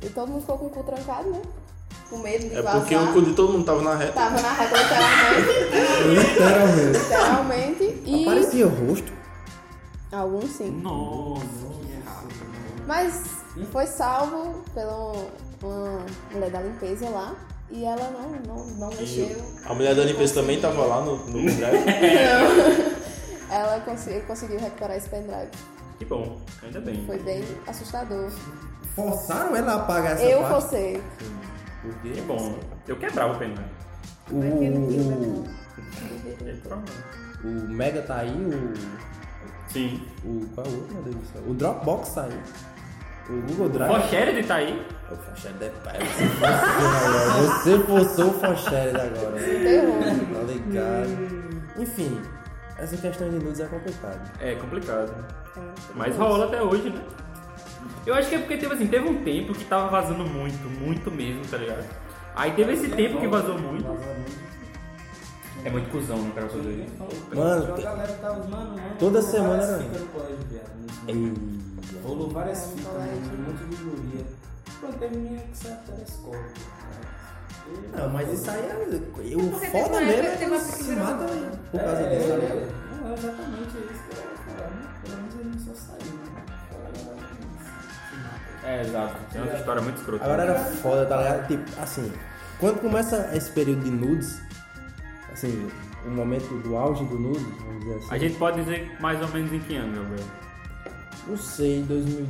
t- todo mundo ficou com o cu trancado, né? Com medo de É vazar. porque o cu de todo mundo tava na reta. Tava na régua literalmente, Literalmente. literalmente, e Aparecia o rosto. alguns sim. Nossa. Mas foi salvo pela uma mulher da limpeza lá e ela não, não, não mexeu. A mulher da limpeza também tava lá no, no drive. Não. Ela conseguiu, conseguiu recuperar esse pendrive. Que bom, ainda bem. Foi bem assustador. Forçaram ela a apagar essa Eu parte. fossei. Que bom. Eu quebrava o né? pendrive. O, o, né? Ele provavelmente. o Mega tá aí, o. Sim. o qual é o outro, meu Deus do céu? O Dropbox tá aí. O Google Drive. Rochelle tá aí. O Focherde é pai. Você forçou, agora. Você forçou o Focherde agora. Terror. Tá ligado? Enfim, essa questão de nudes é complicada. É complicado. É, Mas rola até hoje, né? Eu acho que é porque teve assim, teve um tempo que tava vazando muito, muito mesmo, tá ligado? Aí teve esse tempo que vazou muito. É muito cuzão, né, não quero fazer isso. Mano, A galera tá tava, mano, mano. Toda rolou semana né? várias era- fitas no colégio, viado. né? te- Rolou várias fitas, colégio. mano, um monte de guria. Pronto, teve minha que saiu até da escola. cara. Não, mas isso aí é. O Porque foda teve uma época mesmo é que teve que uma se primeira mata vez. por causa É, disso. né? é, Não, é exatamente isso que eu ia falar, né? Pelo menos ele não só saiu, né? Fora, se mata. É, exato. É uma história muito escrota. Agora era foda, tá ligado? Tipo, assim, quando começa esse período de nudes, assim, o momento do auge do nudes, vamos dizer assim. A gente pode dizer mais ou menos em que ano, meu velho? Não sei, 2000,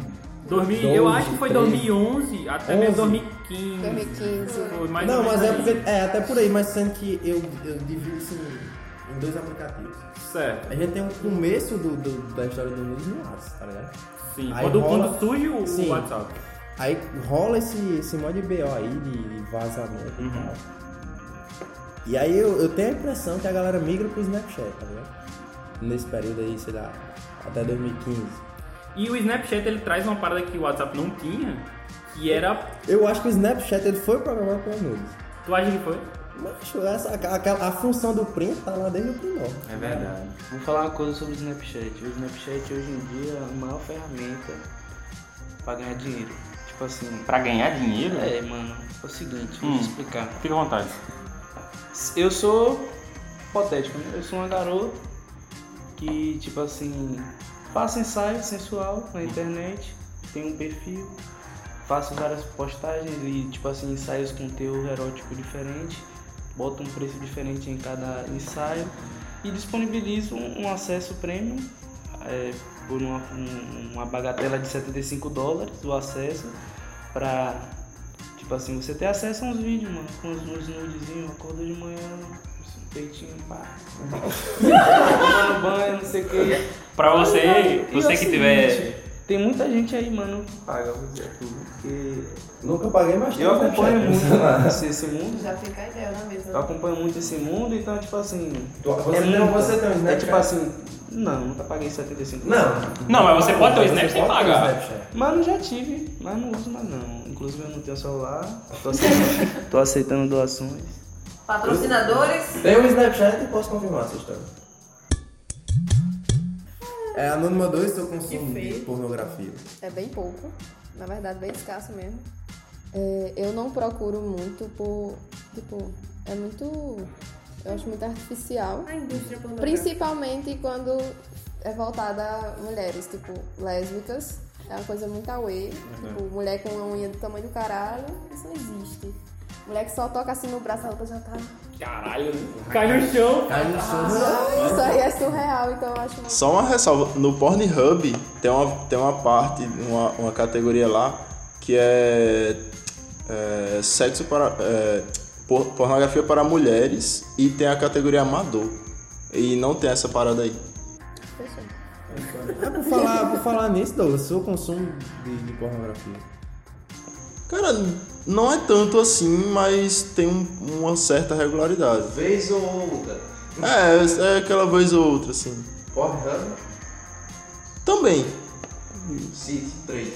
2000, eu acho que foi 2011, até mesmo 2015. 2015. Foi mais não, ou menos mas é aí. porque. É, até por aí, mas sendo que eu, eu divido isso em, em dois aplicativos. Certo. A gente tem o começo do, do- da história do mundo no WhatsApp, tá ligado? Sim, quando- quando surge o WhatsApp. Aí rola esse, esse mod BO aí de, de vazamento Uhum. e tal. E aí eu, eu tenho a impressão que a galera migra pro Snapchat, tá ligado? Nesse período aí, sei lá, até 2015. E o Snapchat ele traz uma parada que o WhatsApp não tinha, que era. Eu acho que o Snapchat ele foi programado para nudes. Tu acha que foi? Mas essa, a, a- a função do print tá lá desde o primórdio. É verdade. Vamos falar uma coisa sobre o Snapchat. O Snapchat hoje em dia é a maior ferramenta pra ganhar dinheiro. Tipo assim. Pra ganhar dinheiro? É, mano. É o seguinte, vou Hum. te explicar. Fica à vontade. Eu sou hipotético, né? Eu sou uma garota que, tipo assim, faço ensaio sensual na internet, tenho um perfil, faço várias postagens e, tipo assim, ensaios com teu erótico diferente, boto um preço diferente em cada ensaio e disponibilizo um, um acesso premium é, por uma, um- uma bagatela de 75 dólares o acesso pra Tipo assim, você tem acesso a uns vídeos, mano, com uns, uns nudezinhos, acorda de manhã, um peitinho, pá. Tomando banho, não sei o que. Pra você- você que tiver- Tem muita assim, gente aí, mano, que paga, vou dizer tudo, porque... Nunca paguei, mas Eu tem, acompanho né? muito mano, esse, esse mundo, Já fica a ideia né, na mesa. eu acompanho muito esse mundo, então, tipo assim... você tem- muito- você tem um É Snapchat? tipo assim... Não, nunca paguei 75 Não, mas você pode ter o Snap sem pagar. Mano, já tive, mas não uso mais não. Inclusive eu não tenho celular, tô aceitando, tô aceitando doações. Patrocinadores? Tem um Snapchat e posso confirmar essa história. É, Anônima 2, seu consumo de pornografia. É bem pouco, na verdade, bem escasso mesmo. É, eu não procuro muito por. Tipo, é muito. Eu acho muito artificial. A indústria pornográfica. Principalmente quando é voltada a mulheres, tipo, lésbicas. É uma coisa muito away. Tipo, mulher com uma unha do tamanho do caralho, isso não existe. Mulher que só toca assim no braço, a outra já tá. Caralho, cai no chão. Cai no Isso aí é surreal, então eu acho. Só uma ressalva, no Pornhub tem uma, tem uma parte, uma, uma categoria lá que é, é, sexo para é, por- pornografia para mulheres e tem a categoria amador. E não tem essa parada aí. É, por falar, por falar nisso, Douglas, seu consumo de, de pornografia. Cara, não é tanto assim, mas tem um- uma certa regularidade. Vez ou outra. É, é aquela vez ou outra, assim. Pornhub, Também. City 3.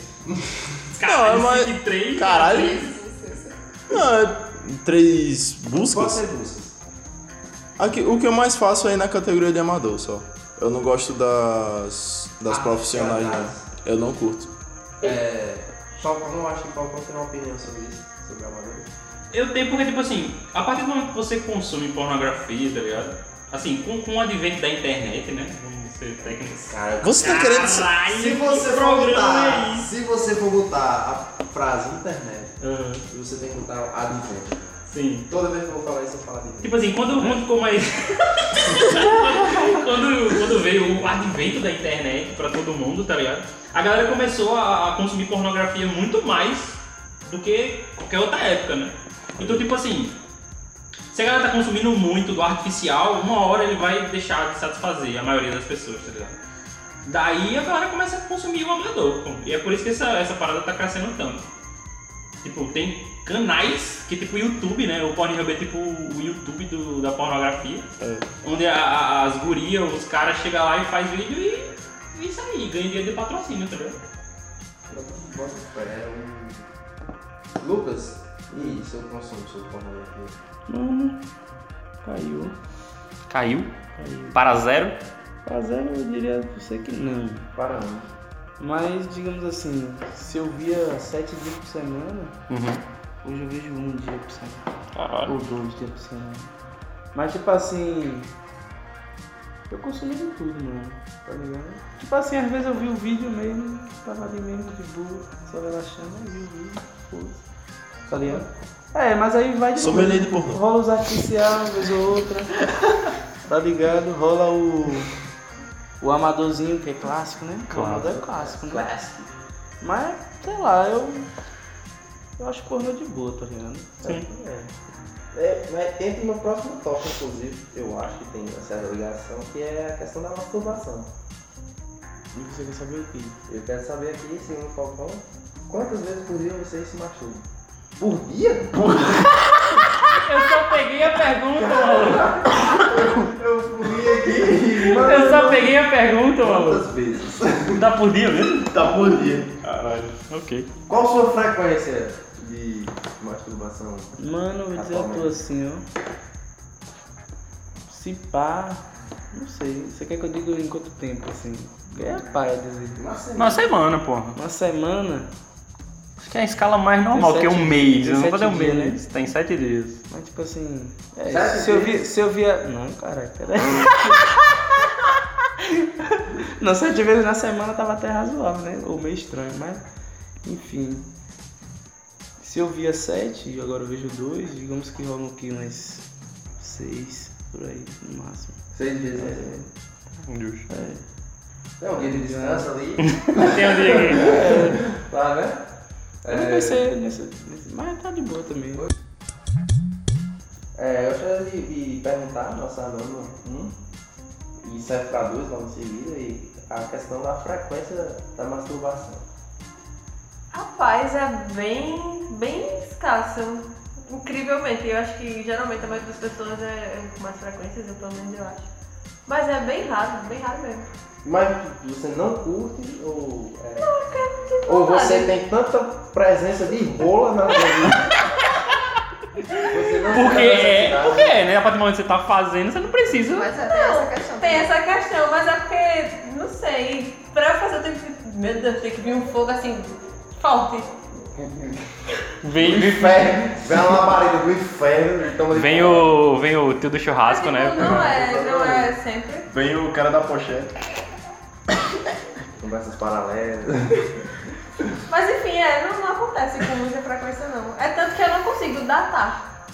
Caralho, mas... é Caralho. Não, é três Pode buscas. ser buscas. Aqui, o que eu mais faço é ir na categoria de amador só. Eu não gosto das, Ah, das profissionais, não. Eu não curto. É. Falcão, não acho que Falcão tem uma opinião sobre isso, sobre amadores. Eu tenho porque, tipo assim, a partir do momento que você consome pornografia, tá ligado? Assim, com, com o advento da internet, né? Vamos ser técnicos. Cara, Você tá querendo- Caralho, Se que você for programa botar, é isso? se você for botar a frase internet, Aham. você tem que botar advento. Sim. Toda vez que eu vou falar isso, eu falo advento. Tipo assim, quando, quando ficou mais. quando, quando veio o advento da internet pra todo mundo, tá ligado? A galera começou a, a consumir pornografia muito mais do que qualquer outra época, né? Então, tipo assim, se a galera tá consumindo muito do artificial, uma hora ele vai deixar de satisfazer a maioria das pessoas, tá ligado? Daí a galera começa a consumir o amador, pô. E é por isso que essa, essa parada tá crescendo tanto. Tipo, tem canais que tipo YouTube, né? O Pornhub é tipo o YouTube do, da pornografia. Onde a- a- as gurias, os caras chegam lá e faz vídeo e e isso aí, ganha dinheiro de patrocínio, tá ligado? Bota fé, é um- Lucas, e seu consumo sobre pornografia? Mano, né? caiu. Caiu? Para zero? Pra zero eu diria pra você que não. Para um. Mas digamos assim, se eu via sete dias por semana, Uhum. hoje eu vejo um dia por semana. Caralho. Ou dois dias por semana. Mas tipo assim. Eu consumi de tudo, mano. Tá ligado? Tipo assim, às vezes eu vi o vídeo mesmo, tava ali mesmo de boa, só relaxando, aí vi o vídeo, foda-se. Tá ligado? É, mas aí vai de Sou novo. menino de pornô. Rola os artificiais, uma vez ou outra. tá ligado? Rola o. O amadorzinho, que é clássico, né? O Claro. amador é clássico, né? Clássico. Mas, sei lá, eu. Eu acho pornô de boa, tá ligado? Sim. É, mas entra no próximo tópico, inclusive, eu acho que tem uma certa ligação, que é a questão da masturbação. E você quer saber o quê? Eu quero saber aqui, segundo o Falcão, quantas vezes por dia vocês se machucam? Por dia? Por Eu só peguei a pergunta, maluco. dia aqui? Eu só peguei a pergunta, Quantas maluco. vezes? Dá por dia mesmo? Tá por dia. Caralho. Ok. Qual sua frequência de masturbação? Mano, eu vou dizer a tua Atualmente. assim, ó. Se pá. Não sei. Você quer que eu diga em quanto tempo, assim? É a pá, eu dizer. Uma é semana, porra. Uma semana? Acho que é a escala mais normal, Tem que é um sete- mês. tem Eu não vou sete dar um mês, dias, né? Tem sete dias. Mas tipo assim. É, Sabe se, eu que- vi, se eu via. Não, caralho, peraí. não, sete vezes na semana tava até razoável, né? Ou meio estranho, mas. Enfim. Se eu via sete e agora eu vejo dois, digamos que rolam aqui umas seis por aí, no máximo. tá. É. Seis vezes. mais ou menos. É um dia de descanso ali. Tem um dia aqui. Lá, né? Eu não É. pensei nesse, nesse- Mas tá de boa também. É, eu gostaria de, de perguntar, nossa aluna, hum, e serve para dois logo em seguida, e a questão da frequência da masturbação. Rapaz, é bem, bem escasso. Incrivelmente. Eu acho que geralmente a maioria das pessoas é é com mais frequências, eu pelo menos eu acho. Mas é bem raro, bem raro mesmo. Mas você não curte ou. é, Porque não ou vale. você tem tanta presença de rola na sua vida. Você não Porque sente a é, necessidade. porque é, né? A partir do momento que você tá fazendo, você não precisa. Mas até essa questão. Tem essa questão, mas é porque, não sei, pra eu fazer eu tenho que. Meu Deus, tem que vir um fogo assim, forte. Do Vem, inferno. Vem uma labareda do inferno. Então, vem o. Vem o tio do churrasco, Mas, tipo, né? Não é, não é sempre. Vem o cara da pochete. Conversas paralelas. Mas enfim, é, não, não acontece com muita frequência não. É tanto que eu não consigo datar.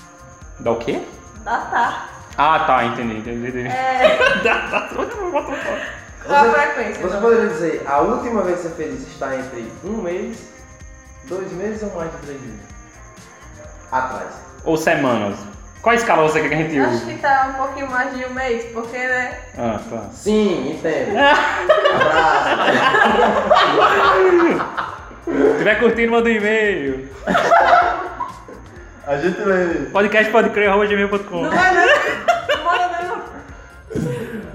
Dá o quê? Datar. Ah, tá, entendi, entendi. entendi. É. Dá, dá, bota, bota, bota. Qual a Ah, Você- frequência? Você poderia dizer, a última vez que você fez isso está entre um mês, dois meses ou mais de três meses? Atrás. Ou semanas. Qual escala você quer que a gente Acho use? que tá um pouquinho mais de um mês, porque, né? Ah, tá. Sim, entendo. Abraço. Se tiver curtindo, manda um e-mail. A gente lê. Podcast pode crer, arroba gmail.com. Não é não. Não manda não.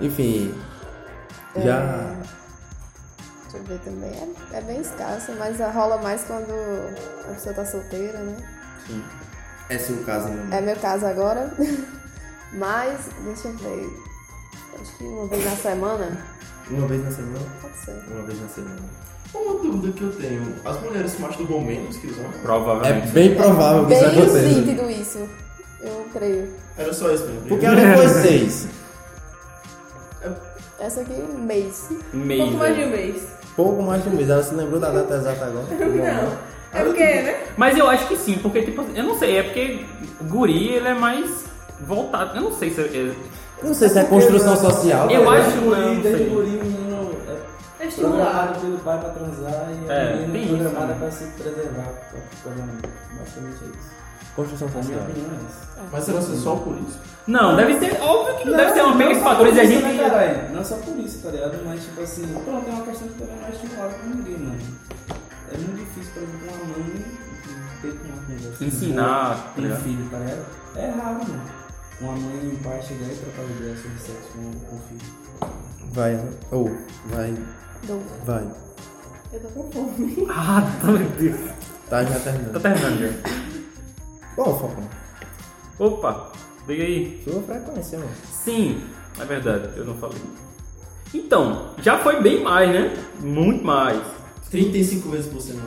Enfim. Já. Deixa eu ver também. É, é bem escassa, mas rola mais quando a pessoa tá solteira, né? É seu caso, né? É meu caso agora. Mas, deixa eu ver. Acho que uma vez na semana. Uma vez na semana? Pode ser. Uma vez na semana. Uma dúvida que eu tenho, as mulheres se masturbam menos que os homens? É Provavelmente. bem provável que isso Bem aconteça. nítido isso. Eu creio. Era só isso mesmo. Porque ela foi seis. Essa aqui, um mês. Meio. Pouco mais de um mês. Pouco mais de um mês. Ela se lembrou da data exata agora? Não. É porque, né? Mas eu acho que sim, porque tipo, eu não sei, é porque o guri ele é mais voltado. Eu não sei se é. Não sei se é construção social. Eu tá acho ligado? que não, não Desde sei. guri, o menino É é programado estimulado. pelo pai pra transar e É, a menina tem é isso, programada né? pra se preservar. pra- pra- Basicamente é isso. Construção A minha social. opinião é essa. Mas será que é só por isso? Não, deve ter. Óbvio que não, deve ter não um pega esses só fatores e por a isso, gente. né, caralho? Não só por isso, tá ligado? Mas tipo assim, pronto, é uma questão que também não é estimulada pra ninguém, mano. É muito difícil, por exemplo, uma mãe ter com uma conversa. Ensinar, tá Tem ligado? filho, tá ligado? É raro, mano. Uma mãe e um pai chegar e trocar ideia sobre sexo com com o filho. Vai, ou, vai, Do... vai. Eu tô com fome. Ah, tá, meu Deus. Tá já Tá terminando. terminando já. Bom, Falcão, Opa, liga aí. sua frequência, mano. Sim, é verdade, eu não falei. Então, já foi bem mais, né? Muito mais. 35 vezes por semana.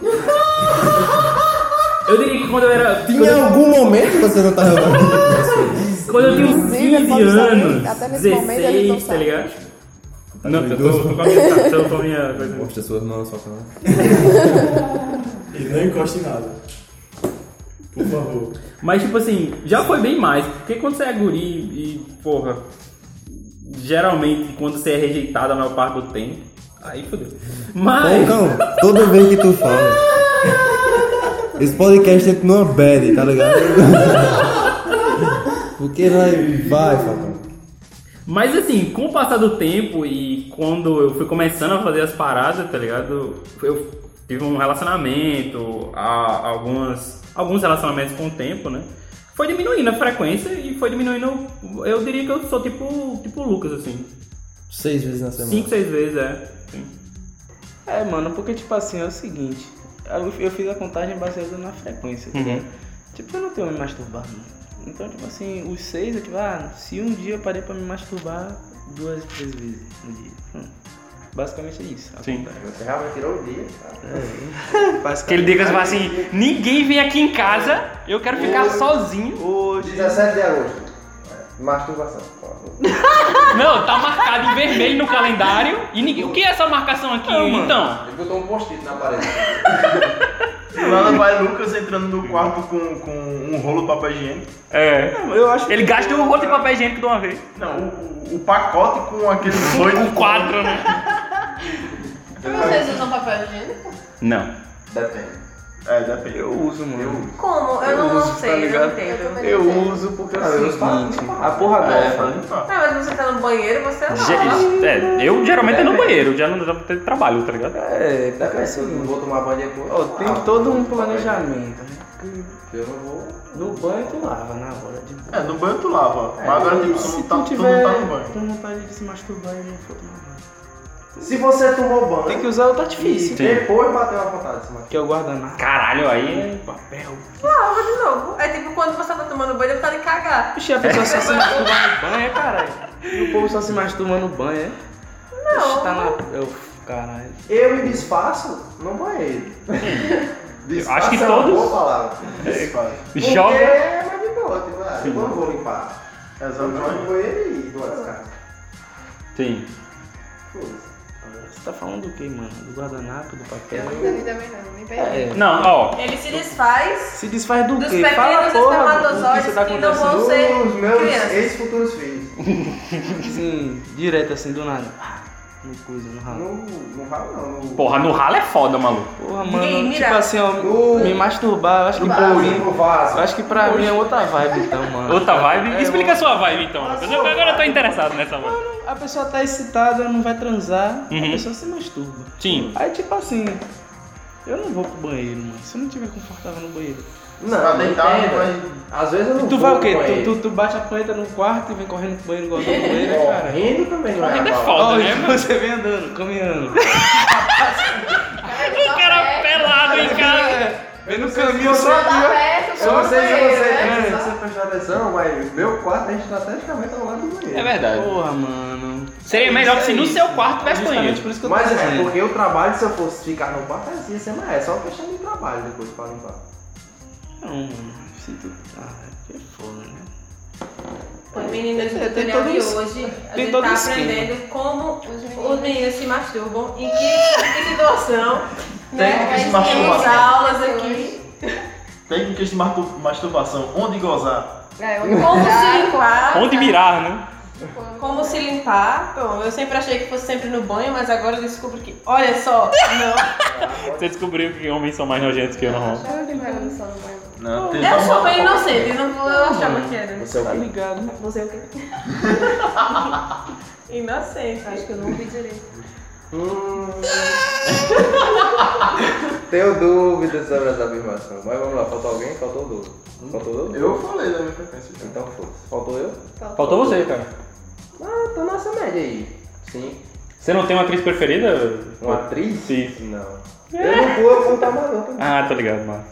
Eu diria que quando eu era. Em um. algum momento você não tá jogando. Quando eu tinha um uns Inclusive, 15 pode saber, anos, até nesse momento ele não 16, tá sabe. ligado? Tá Não, eu tô, doido. tô com a minha, tô com a minha coisa. Mostra suas mãos, Falcão. E não encosta em nada. Por favor. Mas, tipo assim, já foi bem mais. Porque quando você é guri e, porra, geralmente quando você é rejeitado a maior parte do tempo, Aí fodeu. Ô, cão, toda vez que tu fala. Esse podcast entra numa bad, tá ligado? Porque vai, vai, Falcão. Mas assim, com o passar do tempo e quando eu fui começando a fazer as paradas, tá ligado? Eu tive um relacionamento, a- algumas, alguns relacionamentos com o tempo, né? Foi diminuindo a frequência e foi diminuindo. Eu diria que eu sou tipo, tipo o Lucas, assim. Seis vezes na semana. Cinco, seis vezes, é. Sim. É, mano, porque tipo assim, é o seguinte, eu eu fiz a contagem baseada na frequência, tá ligado? Tipo, eu não tenho me masturbado, mano. Então, tipo assim, os seis, eu tipo, ah, se um dia eu parei pra me masturbar duas, três vezes no dia. Hum. Basicamente é isso. a Sim. contagem. Você realmente tirou o dia, tá? Basicamente. Aquele dia que você fala assim, ninguém vem aqui em casa, eu quero ficar sozinho. Hoje. 17 de agosto. Masturbação. Não, tá marcado em vermelho no calendário e ninguém. O que é essa marcação aqui, então? Ele botou um post-it na parede. Lá vai Lucas entrando no quarto com, com um rolo de papel higiênico. É. Não, eu acho Ele gasta um rolo de papel higiênico de uma vez. Não, o, o- o pacote com aqueles dois. Um quadro, né? Vocês usam papel higiênico? Não. Depende. É, depende. Eu uso, mano. Eu Como? Eu, não, tá não sei, eu não entendo. também não sei. uso porque Ah, eu é o uso pra seguinte, limpar. a porra É, gosta, pra né? limpar. Ah, mas você tá no banheiro, você lava. Ge- é, eu geralmente é no banheiro, já não já ter trabalho, tá ligado? É, porque é o Eu não seguinte, vou tomar banho depois. ó, Ah, tem todo um papel planejamento, né? Que higiênico. Eu não vou. No banho tu lava na hora de boa. É, no banho tu lava. É, Mas agora tipo, tu, se não tá, tu tu tiver não tá no banho. com vontade de se masturbar e não for tomar banho. Se você tomou banho, Tem que usar outro e artifício, depois bateu a vontade, se que é o guardanapo, Caralho, aí. é- papel. Lava de novo. É tipo quando você tá tomando banho, deve estar de cagar. Oxi, a pessoa só se masturba no banho, é, caralho? E o povo só se masturba no banho, é? Oxi, tá na... Eu, caralho. Eu me desfaço no banheiro. Desfaço acho que é uma todos. boa palavra. Desfaço. Porque Joga. é mais de boa, tipo, ah, eu não vou limpar. Eu jogo no banheiro e dou a descarga. Sim. Foda-se. Você tá falando do quê, mano? Do guardanapo, do papel? Também também não, nem perdi. É. Não, ó. Ele se desfaz Se desfaz do dos quê? Fala, pequenos porra, do que você espermatozoides tá que não acontecendo. vão ser Os meus crianças. ex-futuros filhos. Sim, direto assim, do nada. Pá, No coisa, no ralo. No, no ralo não, no... Porra, no ralo é foda, maluco. Porra, Ninguém mano, mira. tipo assim, ó, No- me masturbar, eu acho que pra vaso, mim... no Eu vaso. acho que pra mim é outra vibe, então, mano. Outra vibe. É, Explica a sua vibe então. A Lucas. sua Eu- Agora eu tô vibe. interessado nessa vibe. A pessoa tá excitada, não vai transar, Uhum. a pessoa se masturba. Sim. Aí, tipo assim, eu não vou pro banheiro, mano. Se eu não tiver confortável no banheiro. Não, Pra não deitar, entendo. mas- Às vezes eu não Tu vou vai o no quê? Tu, banheiro. tu, tu bate a punheta no quarto e vem correndo pro banheiro igual do banheiro, Ó, cara. rindo também não é Ainda é a foda, Olha, né, mano? você vem andando, caminhando. tá O cara pelado em casa. Vem no caminho só Tá aqui, perto, Eu não no sei se banheiro, você, né? se você prestou atenção, mas meu quarto é estrategicamente ao lado do banheiro. É ó. verdade. Porra, mano. É Seria melhor que se no seu quarto tivesse Justamente banheiro. por isso que eu tô Mas é, dizendo. porque eu trabalho, se eu fosse ficar no quarto, assim, você não é, só questão de trabalho depois pra limpar. Não, mano. Sinto... Ah, que foda, né? Oi, meninas, no É. Tem- tem tutorial todo de um- hoje, a tem gente todo um tá esquema. aprendendo como os meninos se masturbam, em que, em que situação, né? que se Mas masturbar. Temos aulas aqui, Técnicas de mastur- masturbação, onde gozar. É, eu como se limpar, Onde mirar, né? como se limpar. Bom, eu sempre achei que fosse sempre no banho, mas agora eu descubro que, olha só, não. Você descobriu que homens são mais nojentos que eu normal. Não, tem tá Eu sou bem inocente, não vou, eu achava que era. Você é o Tá quê? ligado? Você é o quê? Inocente. Acho que eu não ouvi direito. Hum. Tenho dúvidas sobre essa afirmação, mas vamos lá, faltou alguém? Faltou o Douglas. Faltou o Douglas? Eu falei da minha frequência. já. Então foda Faltou eu? Faltou você, cara. Ah, tô nessa média aí. Sim. Você não tem uma atriz preferida? Uma atriz? Sim. Não. Eu não vou, eu vou dar uma nota. Ah, tô ligado, mano.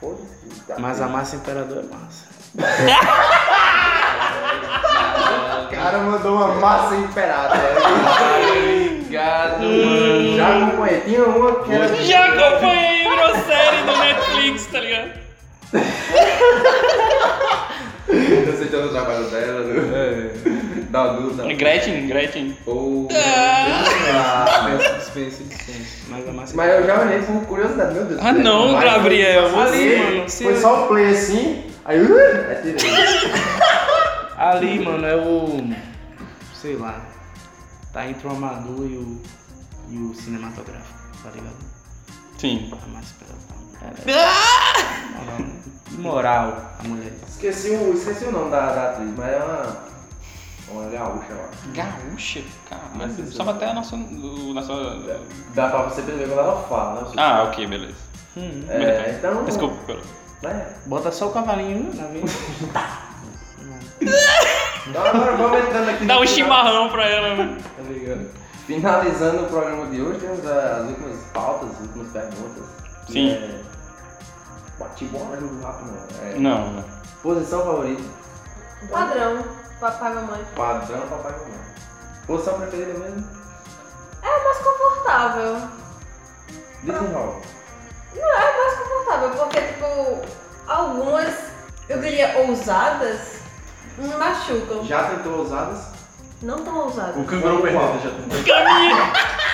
Foda-se. Tá. Mas a massa imperador é massa. O cara mandou uma massa imperada. Obrigado, mano. Já acompanhei. Tinha uma que era. Já acompanhei a série do Netflix, tá ligado? Eu sei que eu não trabalho dela, É. né? Da É Duda. Gretchen, Gretchen. Ou. Ah. Dispense, dispense. Mas a massa Mas é eu já olhei por curiosidade, meu Deus. Ah, não, Mas Gabriel, eu passei, ali, mano, se Foi eu- só o play assim, aí. Uh, aí tirei. Ali, mano, é o. Sei lá. Tá entre o amador e o. e o cinematográfico, tá ligado? Sim. É mais pesado pra mulher. Ah! Moral, né? Moral, a mulher. Esqueci o, esqueci o nome da, da atriz, mas é uma. Uma gaúcha lá. Gaúcha? Caralho, sabe até a nossa. O, nossa... Dá pra você perceber quando ela fala, né? Ah, ok, beleza. Hum. É, então- Desculpa pelo. É. Bota só o cavalinho né? Tá na vida. Então agora vamos entrando aqui. Dá no um final. chimarrão pra ela. Tá ligado? Finalizando o programa de hoje, temos as últimas pautas, as últimas perguntas. que Sim. É... Bate-bola, mas não rápido, não. É... Não, não. Posição favorita. Padrão, papai e mamãe. Padrão, papai e mamãe. Posição preferida mesmo? É mais confortável. Desenrola. Não, é mais confortável, porque, tipo, algumas, eu diria, ousadas, me machucam. Já tentou ousadas? Não tão ousadas. perdeu, já tentou.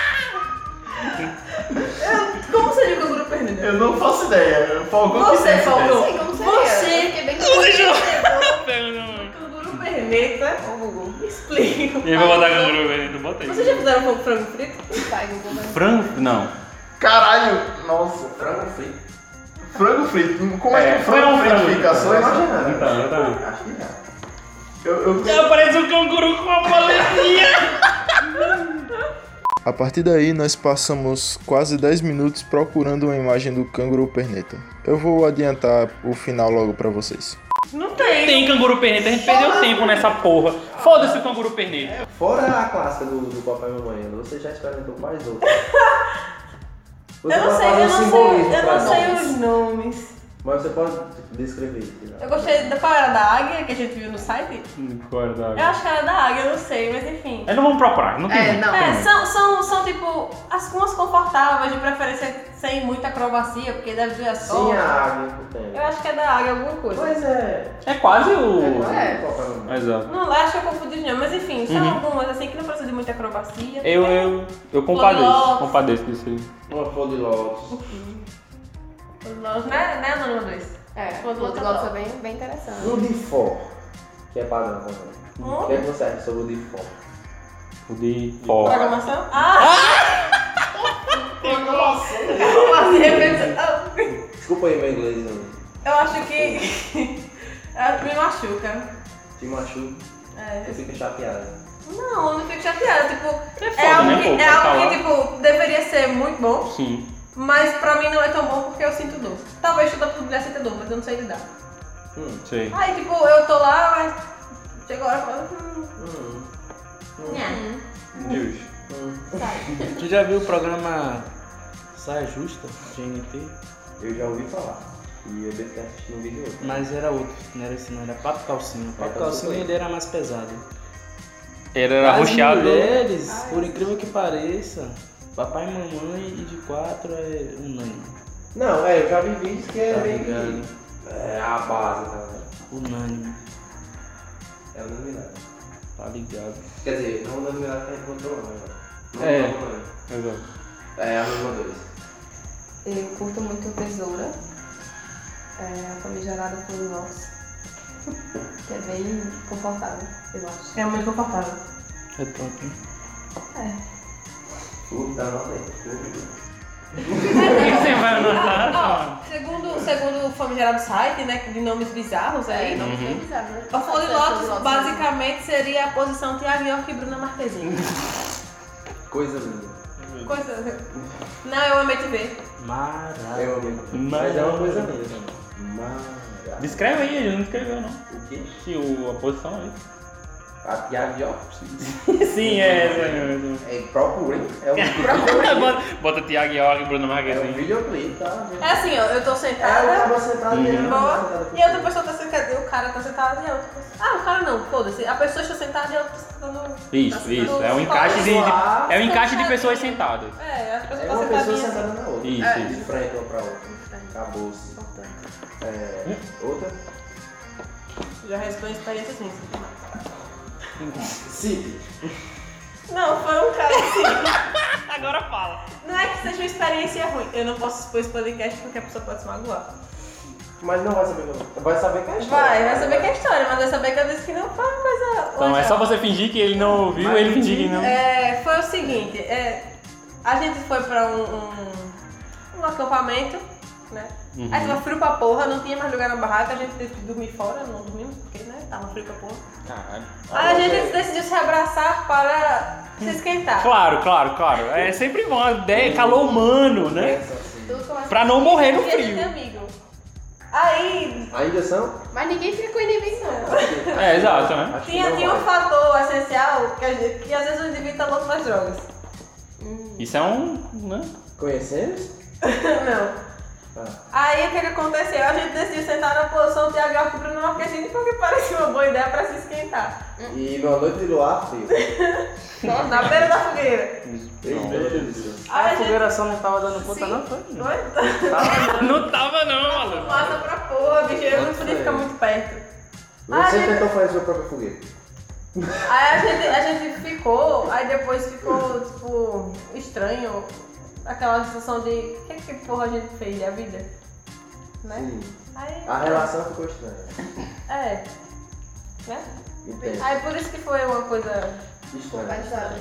Eu- Como seria o canguru pernil? Eu não faço ideia. Falcão Você, Falcão. sei como seria. Eu Você. fiquei bem O Canguru perneta. Ô, Gugu, me explica. E aí vai botar canguru velho, não bota Vocês aí. já fizeram um pouco frango frito? Tá, Gugu, mas... Frango? Não. Caralho, nossa. Frango frito. Frango frito. Como é, que foi um frango frito frango, Então. fica? Só imagina. imaginando. Tá, tá. Acho que já. Eu, eu... Parece um canguru com uma boletinha. A partir daí, nós passamos quase 10 minutos procurando uma imagem do canguru perneta. Eu vou adiantar o final logo pra vocês. Não tem. Tem canguru perneta, a gente perdeu tempo nessa porra. Foda-se o canguru perneta. Fora a clássica do, do papai e mamãe, você já experimentou quais outras? Você Eu não pode sei, fazer eu um não simbolismo sei, eu pra não sei nós. os nomes. Mas você pode tipo, descrever. sei lá. Eu gostei da parada da águia que a gente viu no site. Eu acho que era da águia, eu não sei, mas enfim. Mas não vamos procurar, não tem. É, muito. não. É, são, são, são tipo as umas confortáveis, de preferência sem muita acrobacia, porque deve doer as Sim, costas. a água que Eu tem. acho que é da águia alguma coisa. Pois é. É quase o. É, papai e mamãe. Exato. Não, acho que eu confundi de nome, mas enfim, são Uhum. algumas assim que não precisa de muita acrobacia. Eu, eu, eu compadeço, Lopes. compadeço disso aí. Uma flor de lótus. Não, não é, não é anônimo dois. É, Quando o outro volta, golpe é bem, bem interessante. Um difor, que é padrão também. Hum? O que, é que você acha sobre o difor? O de fora. Programação? Ah! Programação! Desculpa aí meu inglês, eu Eu acho que. eu- me machuca. te machuco, É. eu fico chateado. Não, eu não fico chateada. Tipo, é, foda, algo, né, que, pô, é pra algo que, tipo, deveria ser muito bom, Sim. mas pra mim não é tão bom porque eu sinto dor. Talvez toda mulher sinta dor, mas eu não sei lidar. Sei. Aí, tipo, eu tô lá, mas. Chega a hora e falo. Hum, Hum. hum. Deus. Tu já viu o programa Saia Justa, GNT? Eu já ouvi falar. E eu devo ter assistido um vídeo outro. Mas era outro, não era esse não, era Pato Calcinha. Pato Pato Calcinha. Calcinha ele era mais pesado. Ele era As rocheado. mulheres, por incrível que pareça, papai e mamãe e de quatro é unânime. Não, é, eu já vi vídeos que é Tá meio ligado. que... É a base, tá ligado? Unânime, É unanimidade. tá ligado? Quer dizer, não unanimidade que a gente controla, né? Não É. unanimidade. Exato. É a mesma coisa. Eu curto muito Tesoura. É, a famigerada por nós. Que é bem confortável, eu acho. É muito confortável. É top, hein? Clube da nota aí. Clube. Você vai anotar? Ó, segundo, segundo o famigerado site, né, de nomes bizarros é aí, não Uhum. uhum. bizarro, né? O Foley É, Lotus Foley Lotus, basicamente seria a posição Tiago York e Bruna Marquezine. Coisa linda. Coisa... Não, eu amei te ver. Maravilha. Eu amei. Mas é uma coisa mesmo. Mara. Descreve aí, ele não escreveu não. ah, O quê? Se o, a posição aí. A Tiago Sim, é essa mesmo. É procurem. É um Bota- Bota Tiago York e Bruno assim. É um Marquezine. videoclipe, tá? gente? É assim, ó, eu tô Ela sentada, tava sentada Uhum. e de ela tava boa, sentada. e a outra pessoa tá sentada, e o cara tá sentado, e a outra pessoa... Ah, o cara não, foda-se. A pessoa está sentada e a outra tá está sentada... Isso, isso. É um encaixe de, de- é um encaixe de pessoas sentadas. É, as pessoas Ah, É estão uma pessoa sentadinhas. sentada na outra. Isso, É. isso. De frente uma pra outra. Acabou-se. É, outra. Já responde experiências assim. ruins. City. Não, foi um cara assim. Agora fala. Não é que seja uma experiência ruim. Eu não posso expor esse podcast porque a pessoa pode se magoar. Mas não vai saber qual Vai saber que é a história. Vai, vai saber que é a história, mas vai saber que eu disse que não foi uma coisa. Então é legal. só você fingir que ele não ouviu, ele fingir que não. É, foi o seguinte, é, A gente foi pra um, um- um acampamento, né? Uhum. Aí tava frio pra porra, não tinha mais lugar na barraca, a gente teve que dormir fora, não dormimos, porque né, tava frio pra porra. Caralho. Aí a gente decidiu se abraçar para se esquentar. Claro, claro, claro. É sempre bom. É calor humano, né? Então, Pra não morrer no Porque a gente frio. é amigo. Aí. Ainda são? Mas ninguém ficou inimigo, não. É, exato, né? Tinha, tinha um fator essencial que, a gente- que às vezes o indivíduo tá louco nas drogas. Isso é um. né? Conhecemos? não. Ah. Aí o que, que aconteceu? A gente decidiu sentar na posição de H Bruno no Marquezine porque parecia uma boa ideia pra se esquentar. E numa noite de luar frio. Na beira da fogueira. A Ai, fogueira só não tava dando conta, Sim. não? Foi? Oi? Não tava não, maluco. Massa pra porra, bicho. Eu não podia ficar muito perto. Ai, Você gente. tentou fazer sua própria fogueira. Aí a gente, a gente ficou, aí depois ficou, tipo, estranho. Aquela sensação de o que, que porra a gente fez da vida? Né? Aí, A relação ficou estranha. É. Né? Entendo. Aí por isso que foi uma coisa Estranha. conversada.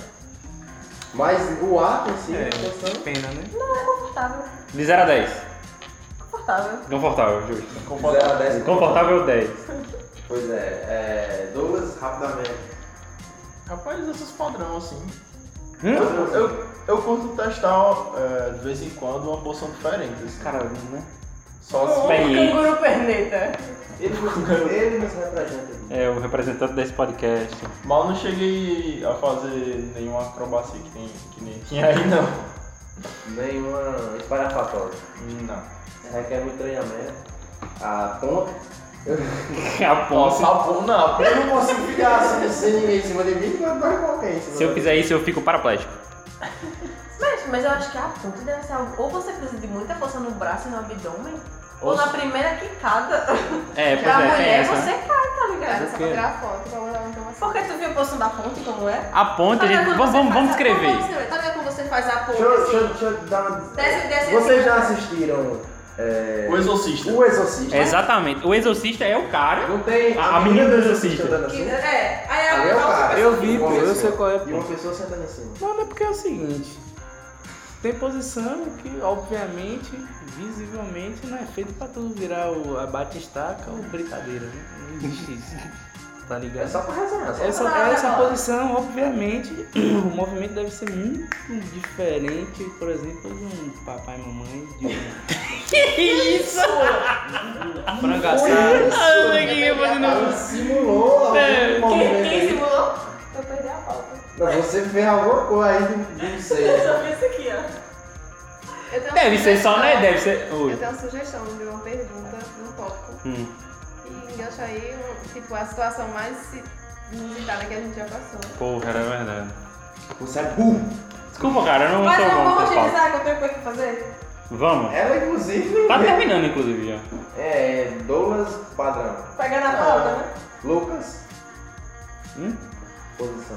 Mas o ato em si, É. é. Pena, né? Não, é confortável. De 0 a 10. Confortável. Confortável, justo. Zero a dez. Confortável 10. Pois é, é. Douglas, rapidamente. Rapaz, esses padrão, assim. Hum? Eu, eu, eu curto testar é, de vez em quando uma porção diferente. Assim. Caralho, né? Só assim. Experiência. Um Canguru perneta. Ele nos, ele nos representa. aqui. É o representante desse podcast. Mal não cheguei a fazer nenhuma acrobacia que nem, que nem tinha aí, não. é Nenhuma espalhafatória. Não. Requer é muito treinamento. Ah, A ponta. A Nossa, ponta. a bunda, não. Eu não consigo ficar assim, sem ninguém em cima de mim, mas vai qualquer em cima Se eu de mim. fizer isso, eu fico paraplégico. Mas, mas eu acho que a ponta deve ser algo. Ou você precisa de muita força no braço e no abdômen, ou, na primeira quicada. É, pois é, pra tem mulher essa. né? você cai, tá ligado? Era só pra tirar foto, pra mandar uma informação. Porque tu viu a posição da ponte como é? A ponta, Tá gente. vendo Vamos, vamos, quando você vamos faz a- escrever. vamos escrever. Tá vendo quando você faz a ponte? Deixa eu, deixa, assim? eu- deixa eu dar uma. Desce, desce, Vocês assim. já assistiram é, O exorcista. O Exorcista? Exatamente. O exorcista é o cara. Não tem. A- a menina tipo, do Exorcista. andando Que- assim? É, aí Ali é o cara. Eu vi, E uma pô, eu pessoa. sei qual é, pô. E uma pessoa sentando assim. em cima. Mano, é porque é o seguinte. Tem posição que, obviamente, visivelmente, não é feito pra tu virar o, a batistaca ou britadeira, né? Não existe isso. Tá É ligado? só pra resenhar. Só Essa, essa posição, obviamente, o movimento deve ser muito diferente, por exemplo, de um papai e mamãe, de um frango assado. Ah, que eu pra- Ela simulou algum É, Quem, movimento quem aí. simulou? Eu perdi a pauta. Não, Você fez alguma coisa aí um do do seio. Só isso aqui, ó. Eu tenho uma Deve ser só, né? sugestão. Deve ser. Eu Ui. tenho uma sugestão de uma pergunta, de um tópico. Hum. E engancha aí, um- tipo, a situação mais se- inusitada que a gente já passou. Porra, era verdade. Você é burro. Desculpa, cara, eu não Mas sou eu bom vou com pauta. utilizar que eu tenho coisa pra fazer. Vamos. Ela, inclusive, Tá terminando, inclusive, já. é Douglas Padrão. Pegando a pauta, né? Lucas, Hum? posição.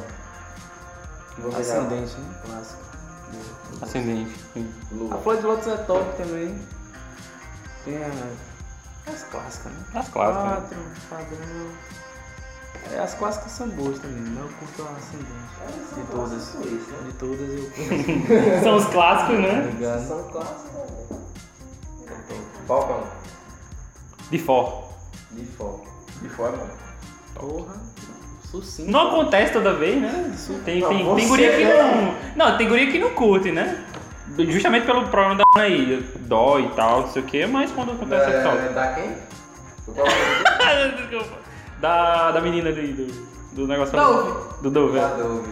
Você Ascendente, um né? Clássico. Ascendente. Sim. já... A Lua. flor de lótus é top também. Tem a- as clássicas, né? As clássicas. Quatro, padrão. É, as clássicas são boas também, mas eu curto a ascendente. é De todas. né? De todas eu curto. São os clássicos, né? Obrigado. São clássicos. né? Falcão, De for. de foco. é De fora, mano. Porra. Sucinto. Não acontece toda vez, né? Tem, Não, tem, você tem guria que não. não. Não, tem guria que não curte, né? Justamente pelo problema da Ana aí, dó e tal, não sei o que, mas quando acontece é, Da, só. Ah, da quem? Do qual foi? Desculpa. Da, da menina ali, do, do negócio. Dove. Do Dove. Da é. Dove.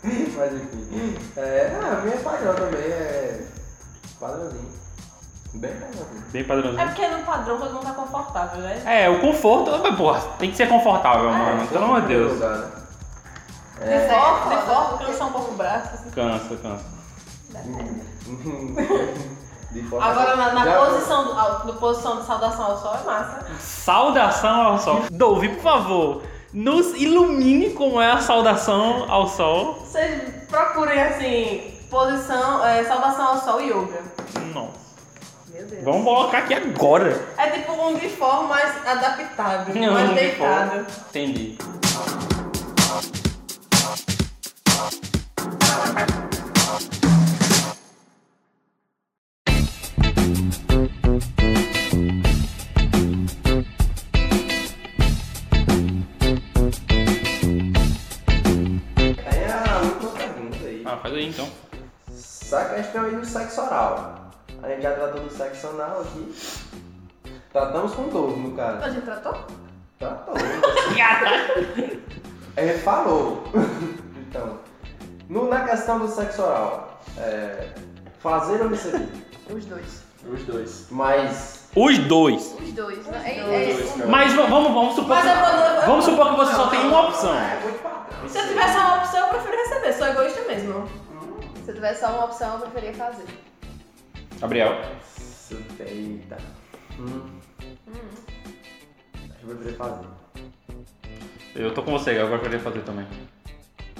Mas enfim. É, ah, a minha é padrão também, é padrãozinho. Bem padrãozinho. Bem É padrãozinho. porque no padrão todo mundo tá confortável, né? É, o conforto, mas, porra, tem que ser confortável, É, mano. Ah, Pelo amor de Deus. Lugar, né? De foco, de foco, cansa um pouco o braço. assim. Cansa, cansa. De foco. Agora na, na Já- posição, do, ao- no posição de saudação ao sol é massa. Saudação ao sol. Dove, por favor, nos ilumine como é a saudação ao sol. Vocês procurem assim, posição, é, saudação ao sol e yoga. Nossa. Meu Deus. Vamos colocar aqui agora. É tipo um uniforme mais adaptado, Não, um mais não me deitado. fala. Entendi. é Ah, então. Saca? A gente tem aí o sexo oral. A gente já tratou do sexo anal aqui. Tratamos com todos, no caso. A gente tratou? Tratou. Tá É, falou. então, no- na questão do sexo oral, é, fazer ou receber? Os dois. Os dois. Mas. Os dois. Os dois. né? É, Os dois, é- cara. Mas v- vamos, vamos supor Mas eu vou- que, eu- vamos supor que você só tem uma opção. Se eu tivesse só uma opção, eu prefiro receber. Sou egoísta mesmo. Se eu tivesse só uma opção, eu preferia fazer. Gabriel. Eita. Hum. Acho que eu poderia fazer. Eu tô com você, Gabriel. Agora eu queria fazer também.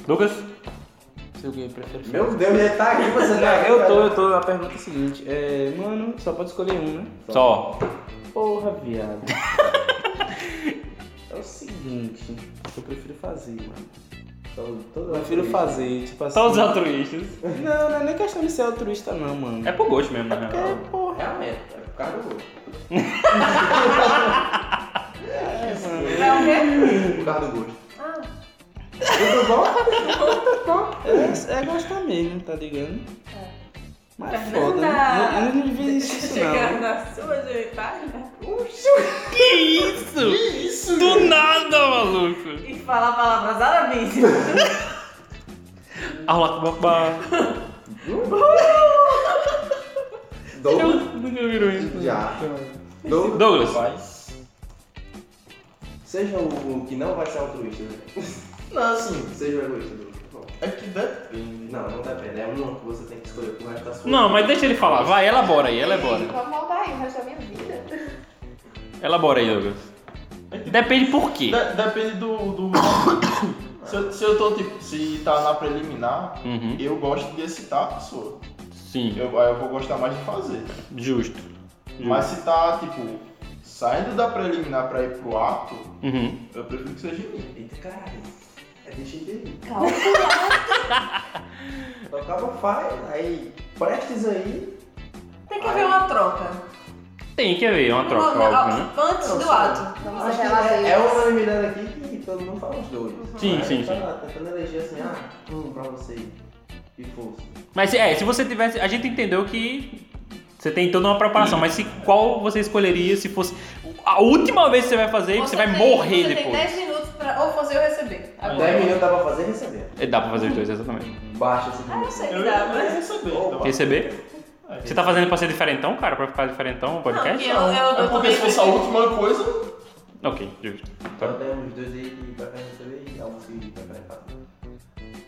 Lucas? Sei o que, eu prefiro Meu Deus, ele tá aqui, você tá aqui, Eu cara. tô, eu tô. A pergunta é a seguinte: é, mano, só pode escolher um, né? Só. Porra, viado. é o seguinte: eu prefiro fazer, mano. Eu prefiro altruísta. fazer, tipo assim. Todos altruístas. Não, não é nem questão de ser altruísta, não, mano. É por gosto mesmo, na real. porque, porra. Realmente, é por causa do gosto. É, mano. É o quê? Por causa do gosto. Ah, Tudo bom? É, é gostar mesmo, tá ligado? Mas Fernanda. foda, né? Eu, eu não devia isso, Chegando não. na sua tá? genitália Que isso? Do nada, maluco. e falar palavras árabes. Allah Akbar. Hum. Dou. um Nunca virou isso. Já. Dou. um. Douglas. Seja o que não vai ser altruísta. né? Não, Sim, seja o egoísta. Dou. um. É que depende. Não, não depende. É um que você tem que escolher pro resto da sua Não, mas deixa ele falar. Vai, elabora aí, elabora. Vamos voltar aí o resto da minha vida. Elabora aí, Douglas. Depende por quê. De- depende do. do- se, eu, se eu tô tipo. Se tá na preliminar, Uhum. eu gosto de excitar a pessoa. Sim, Eu, aí eu vou gostar mais de fazer. justo. Justo. Mas se tá, tipo, saindo da preliminar pra ir pro ato, Uhum. eu prefiro que seja em mim. Eita, caralho. É deixa eu entender. Calma. Tocava faz, aí prestes aí. Tem que haver uma troca. Tem que haver uma troca, Uma- óbvio, né? Antes do ato. Vamos Acho que revelar é, é isso. uma unanimidade aqui que todo mundo fala os dois. Uhum. Sim, Aí sim, tá lá, Tentando eleger assim, ah, um pra você. E força. Mas é, se você tivesse. A gente entendeu que você tem toda uma preparação, mas se qual você escolheria se fosse. A última vez que você vai fazer, você, vai tem- morrer você depois. Tem 10 minutos pra ou fazer ou receber. Ah, Agora. é. 10 minutos dá pra fazer e receber. É, Dá pra fazer os dois, exatamente. Baixa esse Ah, eu sei que Eu dá, ia mas. receber. então. Receber? Você tá fazendo pra ser diferentão, cara? Pra ficar diferentão no Não, que podcast? eu, eu, eu, É porque também se fosse a última coisa, Ok, justo. Então temos dois aí que preferem receber e alguns que preferem fazer.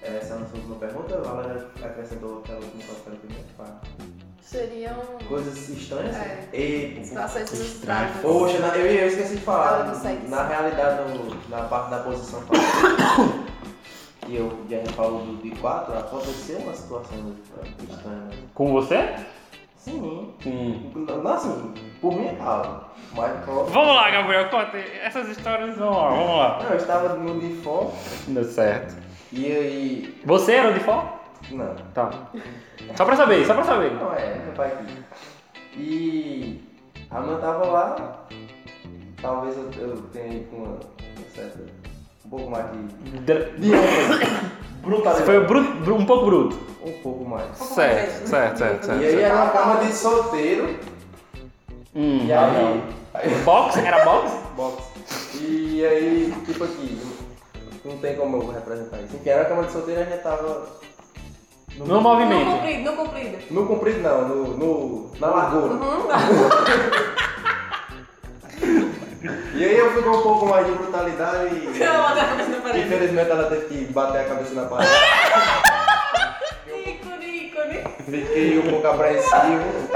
Essa é a nossa última pergunta. A Valéria acrescentou aquela última que eu primeiro. pá. um Seriam Coisas estranhas? É. E, situações frustradas. Poxa, na- eu, eu esqueci de falar. Fala do sexo. Na realidade, no- na parte da posição falada, que eu já falo do de 4, aconteceu uma situação estranha. Com você? Sim. Sim. Não, não assim, por minha causa. Mas pronto. Vamos lá, Gabriel, conta. Essas histórias vão lá, vamos lá. Não, eu estava no uniforme Deu certo. e aí. Você era o de fora? Não. Tá. Só pra saber, só pra saber. Não, é, meu pai aqui. E a mãe tava lá, talvez eu, eu tenha ido com uma, uma certa. um pouco mais de. Dra- de ênfase. Você brutalidade. foi bru- bru- um pouco bruto. Um pouco mais. Certo, certo, certo, E aí certo. era uma cama de solteiro. Hum, E aí. Box? Era box? Box. E aí, tipo aqui, não tem como eu representar isso. Enfim, era uma cama de solteiro e a gente tava. No No movimento. comprido, no comprido. No comprido não, no. no na Uhum. largura. E aí eu fui com um pouco mais de brutalidade Eu e. botei a cabeça na parede. Infelizmente ela teve que bater a cabeça na parede. Ícone, ícone. Fiquei um pouco apreensivo,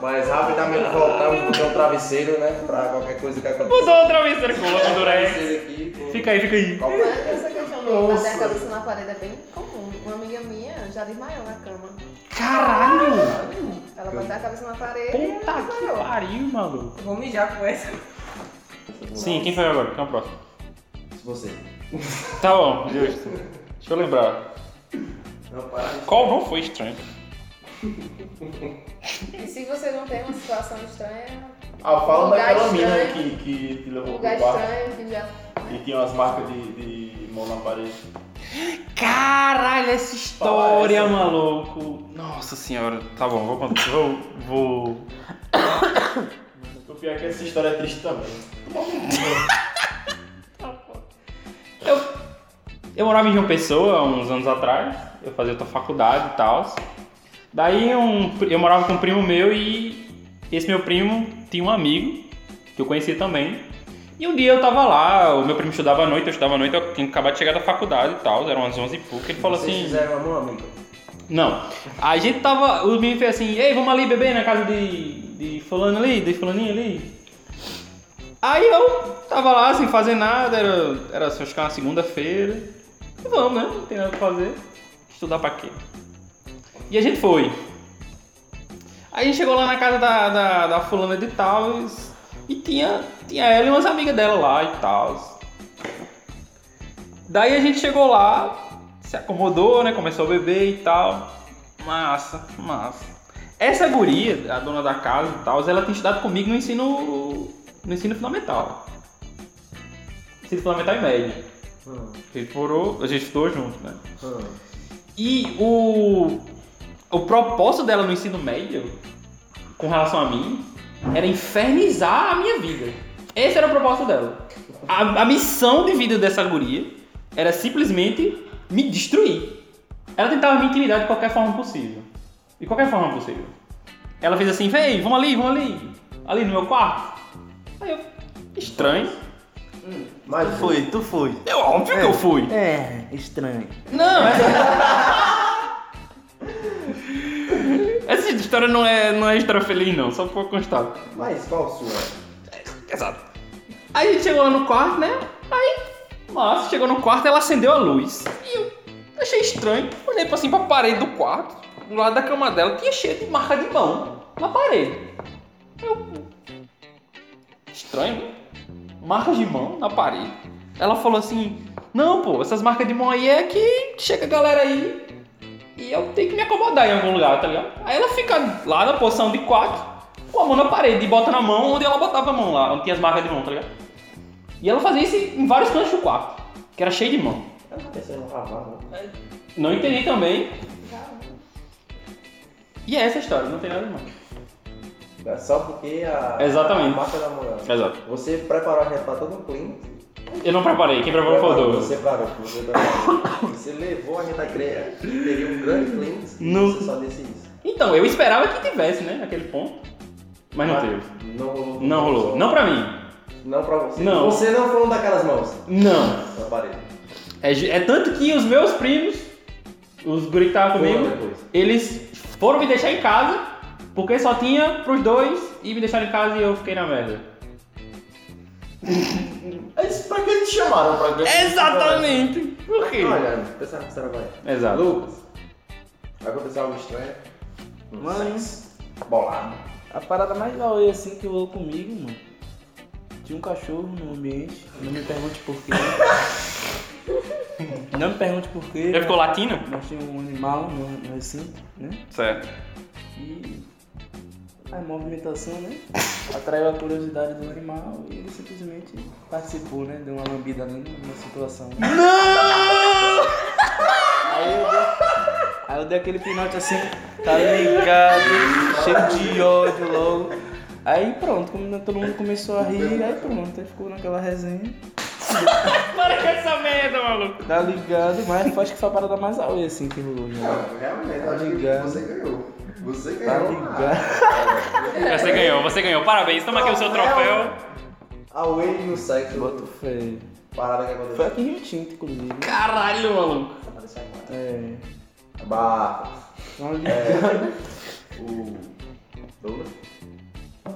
mas rapidamente voltamos, botei um travesseiro, né? Pra qualquer coisa que aconteça. Mudou outra vez, colocou o Durex. Travesseiro aqui, pô. Fica aí, fica aí. Mas Essa questão de bater a cabeça na parede é bem comum. Uma amiga minha já desmaiou na cama. Caralho! Ela bateu a cabeça na parede e Hum. Puta ela que desmaiou. pariu, maluco. Vou mijar com essa. Sim, quem foi agora? Quem é o próximo? Você. Tá bom, justo. Deixa eu lembrar. Não, para. Qual não foi estranho? E se você não tem uma situação estranha, ah, fala Lugar daquela mina estranho. que, que te um levou lugar pro quarto estranho que já. e tinha umas marcas de, de mão na parede. Caralho, essa história, maluco. Nossa senhora. Tá bom, vou contar. Vou. vou... O pior é que essa história é triste também. Eu morava em João Pessoa uns anos atrás, eu fazia outra faculdade e tal. Daí um, eu morava com um primo meu e esse meu primo tinha um amigo que eu conhecia também. E um dia eu tava lá, o meu primo estudava à noite, eu estudava à noite, eu tinha acabado de chegar da faculdade e tal, eram umas 11 e pouco, ele falou Vocês assim... fizeram amor, amigo? Não. A gente tava. O menino fez assim, ei, vamos ali beber na casa de. de fulano ali, de fulaninho ali. Aí eu tava lá sem fazer nada, era, era acho que era uma segunda-feira. E vamos, né? Não tem nada pra fazer. Estudar pra quê? E a gente foi. Aí a gente chegou lá na casa da, da, da fulana de tal e tinha, tinha ela e umas amigas dela lá e tal. Daí a gente chegou lá, se acomodou, né? Começou a beber e tal. Massa, massa. Essa guria, a dona da casa e tal, ela tem estudado comigo no ensino. no ensino fundamental. Ensino fundamental e médio. A gente morou, a gente estudou junto, né? E o. O propósito dela no ensino médio, com relação a mim, era infernizar a minha vida. Esse era o propósito dela. A, a missão de vida dessa guria era simplesmente me destruir. Ela tentava me intimidar de qualquer forma possível. De qualquer forma possível. Ela fez assim, vem, vamos ali, vamos ali. Ali no meu quarto. Aí eu, estranho. Hum, Mas tu foi, tu foi. Eu, óbvio que eu fui. É, estranho. Não, essa... essa história não é, não é história feliz, não, só por constar. Mas qual sua? Exato. Aí a gente chegou lá no quarto, né? Aí, nossa, chegou no quarto, ela acendeu a luz. E eu achei estranho. Olhei pra, assim pra parede do quarto, do lado da cama dela, tinha cheio de marca de mão na parede. Eu. Estranho, né? Marcas de mão na parede. Ela falou assim: Não, pô, essas marcas de mão aí é que chega a galera aí e eu tenho que me acomodar em algum lugar, tá ligado? Aí ela fica lá na posição de quatro, com a mão na parede e bota na mão onde ela botava a mão lá, onde tinha as marcas de mão, tá ligado? E ela fazia isso em vários cantos do quarto, que era cheio de mão. Eu não pensei no cavalo. Não entendi também. E é essa a história, não tem nada mais. É Só porque a. Exatamente. A marca da mulher. Exato. Você preparou a gente pra todo um clima. Eu não preparei, quem preparou foi o Douglas. Você preparou, você preparou. Você levou a gente a crer que teria um grande clima. No- Você só disse isso. Então, eu esperava que tivesse, né, aquele ponto. Mas não teve. Não rolou. Não rolou. Não pra mim. Não pra você. Não. Você não foi um daquelas mãos Não. na parede. É, ju- é tanto que os meus primos, os guri que estavam Foi comigo, depois. eles foram me deixar em casa, porque só tinha pros dois, e me deixaram em casa e eu fiquei na merda. É Mas pra que te chamaram? Pra que Por quê? Olha, pensava que você era banheiro. Exato. Lucas, aconteceu algo estranho. Mano, Bolado. a parada mais daoê assim que rolou comigo, mano. Tinha um cachorro no ambiente, não me pergunte por quê. não me pergunte por quê. Ele ficou latino? Nós tínhamos um animal no, no recinto, né? Certo. E a movimentação, né? Atraiu a curiosidade do animal e ele simplesmente participou, né? Deu uma lambida ali na situação. Aí eu dei, aí eu dei aquele pinote assim, tá ligado, cheio de ódio logo. Aí pronto, como né, todo mundo começou a rir, aí pronto, aí ficou naquela resenha. Para com essa merda, maluco. Tá ligado, mas acho que foi a parada mais auê assim que rolou, né? Realmente, Tá ligado. você ganhou. Você Tá ganhou. ligado. Você ganhou, você ganhou. Parabéns, toma aqui o seu troféu. A Wade no sexo. Boto fé. Parada que Foi aconteceu. aqui em Rio Tinto, inclusive. Caralho, maluco. É. Bah. Tá ligado. O. Douglas?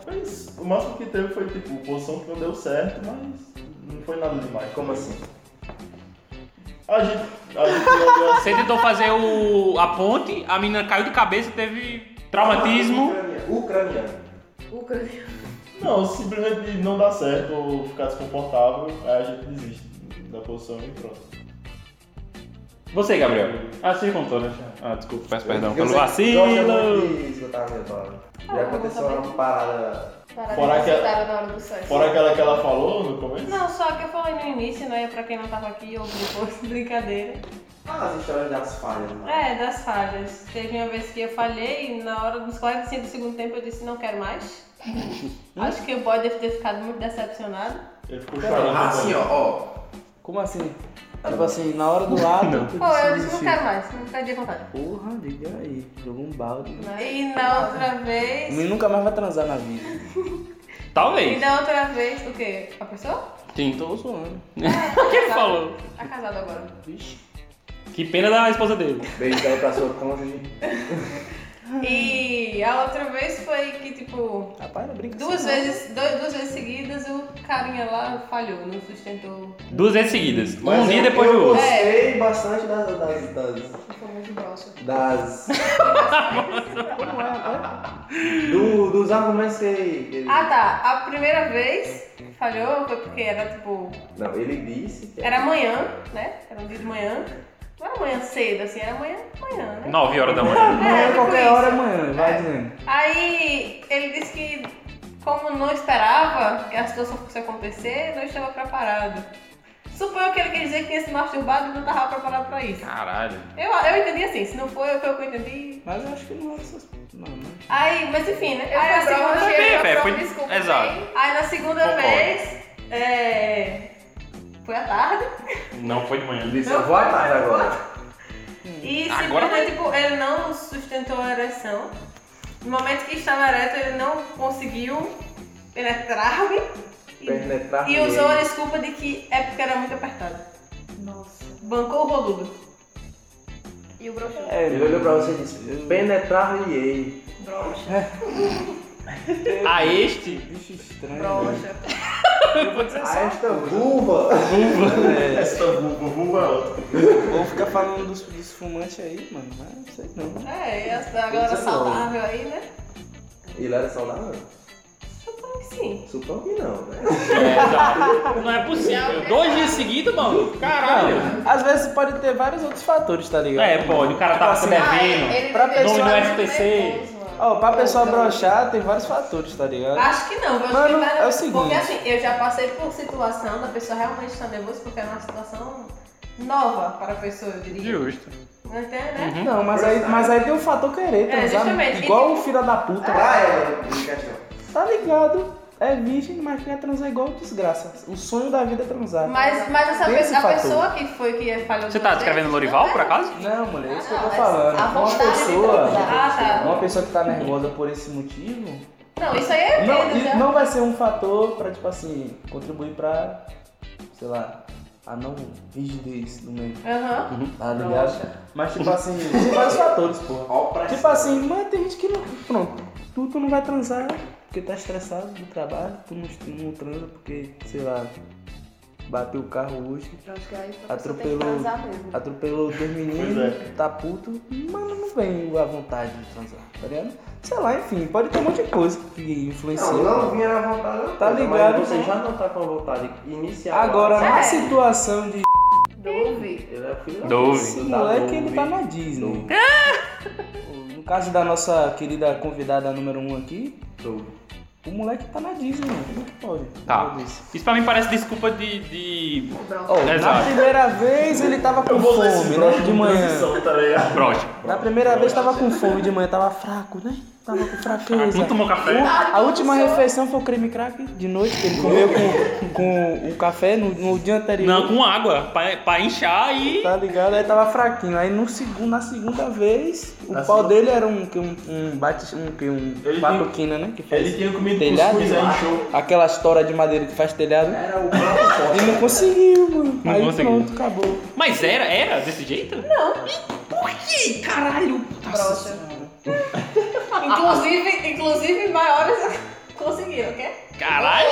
Mas o máximo que teve foi tipo, posição que não deu certo, mas não foi nada demais. Como assim? A gente. A gente olhou assim. Você tentou fazer o, a ponte, a menina caiu de cabeça e teve traumatismo. Ucraniano. Ucraniano. Ucrânia. Não, simplesmente não dá certo ou ficar desconfortável, aí a gente desiste da posição e pronto. Você, Gabriel. Ah, você contou, né? Ah, desculpa, peço perdão Eu pelo sei que você gosta vacilo. muito de escutar a minha palavra. Já aconteceu uma parada Parar Fora de aquela- aquela... na hora do sexo. Fora aquela que ela falou no começo? Não, só que eu falei no início, né? Pra quem não tava aqui, ou depois, brincadeira. Ah, as histórias das falhas, né? mano. É, das falhas. Teve uma vez que eu falhei, e na hora dos 45 do segundo tempo eu disse não quero mais. Acho que o boy deve ter ficado muito decepcionado. Ele ficou chorando Ah, assim, ó, ó. Como assim? Tipo assim, na hora do ato. tu Pô, eu disse não desistiu. quero mais, não perdi a vontade. Porra, diga aí. Jogou um balde. E na outra vez. Ele nunca mais vai transar na vida. E da outra vez, o quê? A pessoa? Sim. Tô zoando. O que ele falou? Tá casado agora. Que pena da esposa dele. Beijo aí pra sua cônjuge. E a outra vez foi que, tipo. duas, assim, não. vezes, dois- duas vezes seguidas o carinha lá falhou, não sustentou. Duas vezes seguidas. um Mas dia eu- depois do eu outro. gostei bastante das. das. das. Ficou muito grosso. das- do- dos argumentos que ele. que ele- Ah tá, a primeira vez falhou foi porque era tipo. Não, ele disse. que- Era manhã, né? Era um dia de manhã. Não era manhã cedo, assim, era manhã, manhã, né? 9 horas da manhã. É, tipo qualquer isso. hora amanhã, vai dizendo. Aí ele disse que, como não esperava que a situação fosse acontecer, não estava preparado. Suponho que ele quer dizer que tinha se masturbado e não estava preparado para isso. Caralho. Eu, eu entendi assim, se não foi o que eu entendi. Mas eu acho que não é essas. Não, não. Aí, mas enfim, né? Eu aí fui brava, segunda- cheguei, Fé, Então, É, foi- desculpa, Exato. Aí na segunda Concordo. vez. é, Foi à tarde. Não foi de manhã. Disse, eu vou atrás agora. Hum. E Agora simplesmente, tipo, ele não sustentou a ereção. No momento que estava ereto, ele não conseguiu penetrar-me. E, Penetrar e nele. usou a desculpa de que é porque era muito apertado. Nossa. Bancou o roludo. E o broxão. É. Ele olhou pra você e disse: penetrar-lhe-ei. A este. Bicho É. estranho. Broxa. Eu vou dizer A esta vulva. É. Esta vulva, vulva é outra. Vou ficar falando dos, dos fumantes aí, mano, mas não sei não. É, e essa galera Isso é bom. saudável aí, né? Ele era saudável? Então, Sim. Suponho que não, né? Não é possível. Dois dias seguidos, mano? Caralho. Não, às vezes pode ter vários outros fatores, tá ligado? É, pode. O cara tava se Ah, devendo. pra Nome pessoa, do SPC. ó, pra pessoa brochar, tem vários fatores, tá ligado? Acho que não, viu? Mano, Acho que é o vai- seguinte. Porque assim, eu já passei por situação da pessoa realmente estar nervosa, porque era uma situação nova para a pessoa, eu diria. Justo. Até, né? Não, mas aí, mas aí tem o fator querer, É, transar justamente. igual o filho da puta. Ah, é, de questão. Tá ligado? É virgem, mas quer transar igual desgraça. O sonho da vida é transar. Mas, mas essa Tem esse pessoa, a fator. pessoa que foi que falhou Você tá duas vezes, descrevendo Lorival, por acaso? Não, mulher, é isso que eu tô Não, mas falando. Ah, a Uma vontade de pessoa, transar. Ah, tá. uma pessoa que tá nervosa por esse motivo, Não, isso aí é não, medo, e já. não vai ser um fator pra, tipo assim, contribuir pra, sei lá, a não rigidez do meio. Aham. Tá ligado? Mas, tipo assim, tem vários fatores, porra. Tipo assim, mano, tem gente que não. Pronto, tu, tu não vai transar porque tá estressado do trabalho, tu não, não transa porque, sei lá, bateu o carro hoje. Acho que aí a pessoa tem que Atropelou, transar mesmo. atropelou dois meninos, é. tá puto, mano, não vem a vontade de transar, tá ligado? Sei lá, enfim, pode ter um monte de coisa que influencia. Não, não vinha na vontade. não, Tá mas ligado, Você né? já não tá com a vontade inicial. Agora, Ele na situação de. Uhum. Dove. é filho da Esse Dove. Da moleque, Dove. ele tá na Disney. No caso da nossa querida convidada número um aqui, Dove. o moleque tá na Disney, mano. Como que pode? Tá. Isso pra mim parece desculpa de. de... Ó, na Exato. primeira vez ele tava com fome, né? De manhã. Tá ligado? Broxa. Na primeira vez tava com fome de manhã, tava fraco, né? Tava com fraqueza. Não tomou café? A última refeição foi o creme crack de noite, que ele comeu com, com o café no, no dia anterior. Não, com água. Pra, pra inchar e. Tá ligado? Aí tava fraquinho. Aí no segundo, na segunda vez, o pau dele era um que um, um bate um que um Ele batuquina, né? Que faz Ele tinha comido telhado, cuscuz aí, show. aquela história de madeira que faz telhado. Era o próprio E não conseguiu, mano. Não aí conseguiu. pronto, acabou. Mas era, era desse jeito? Não, Nossa, inclusive, inclusive maiores conseguiram, quer? Caralho!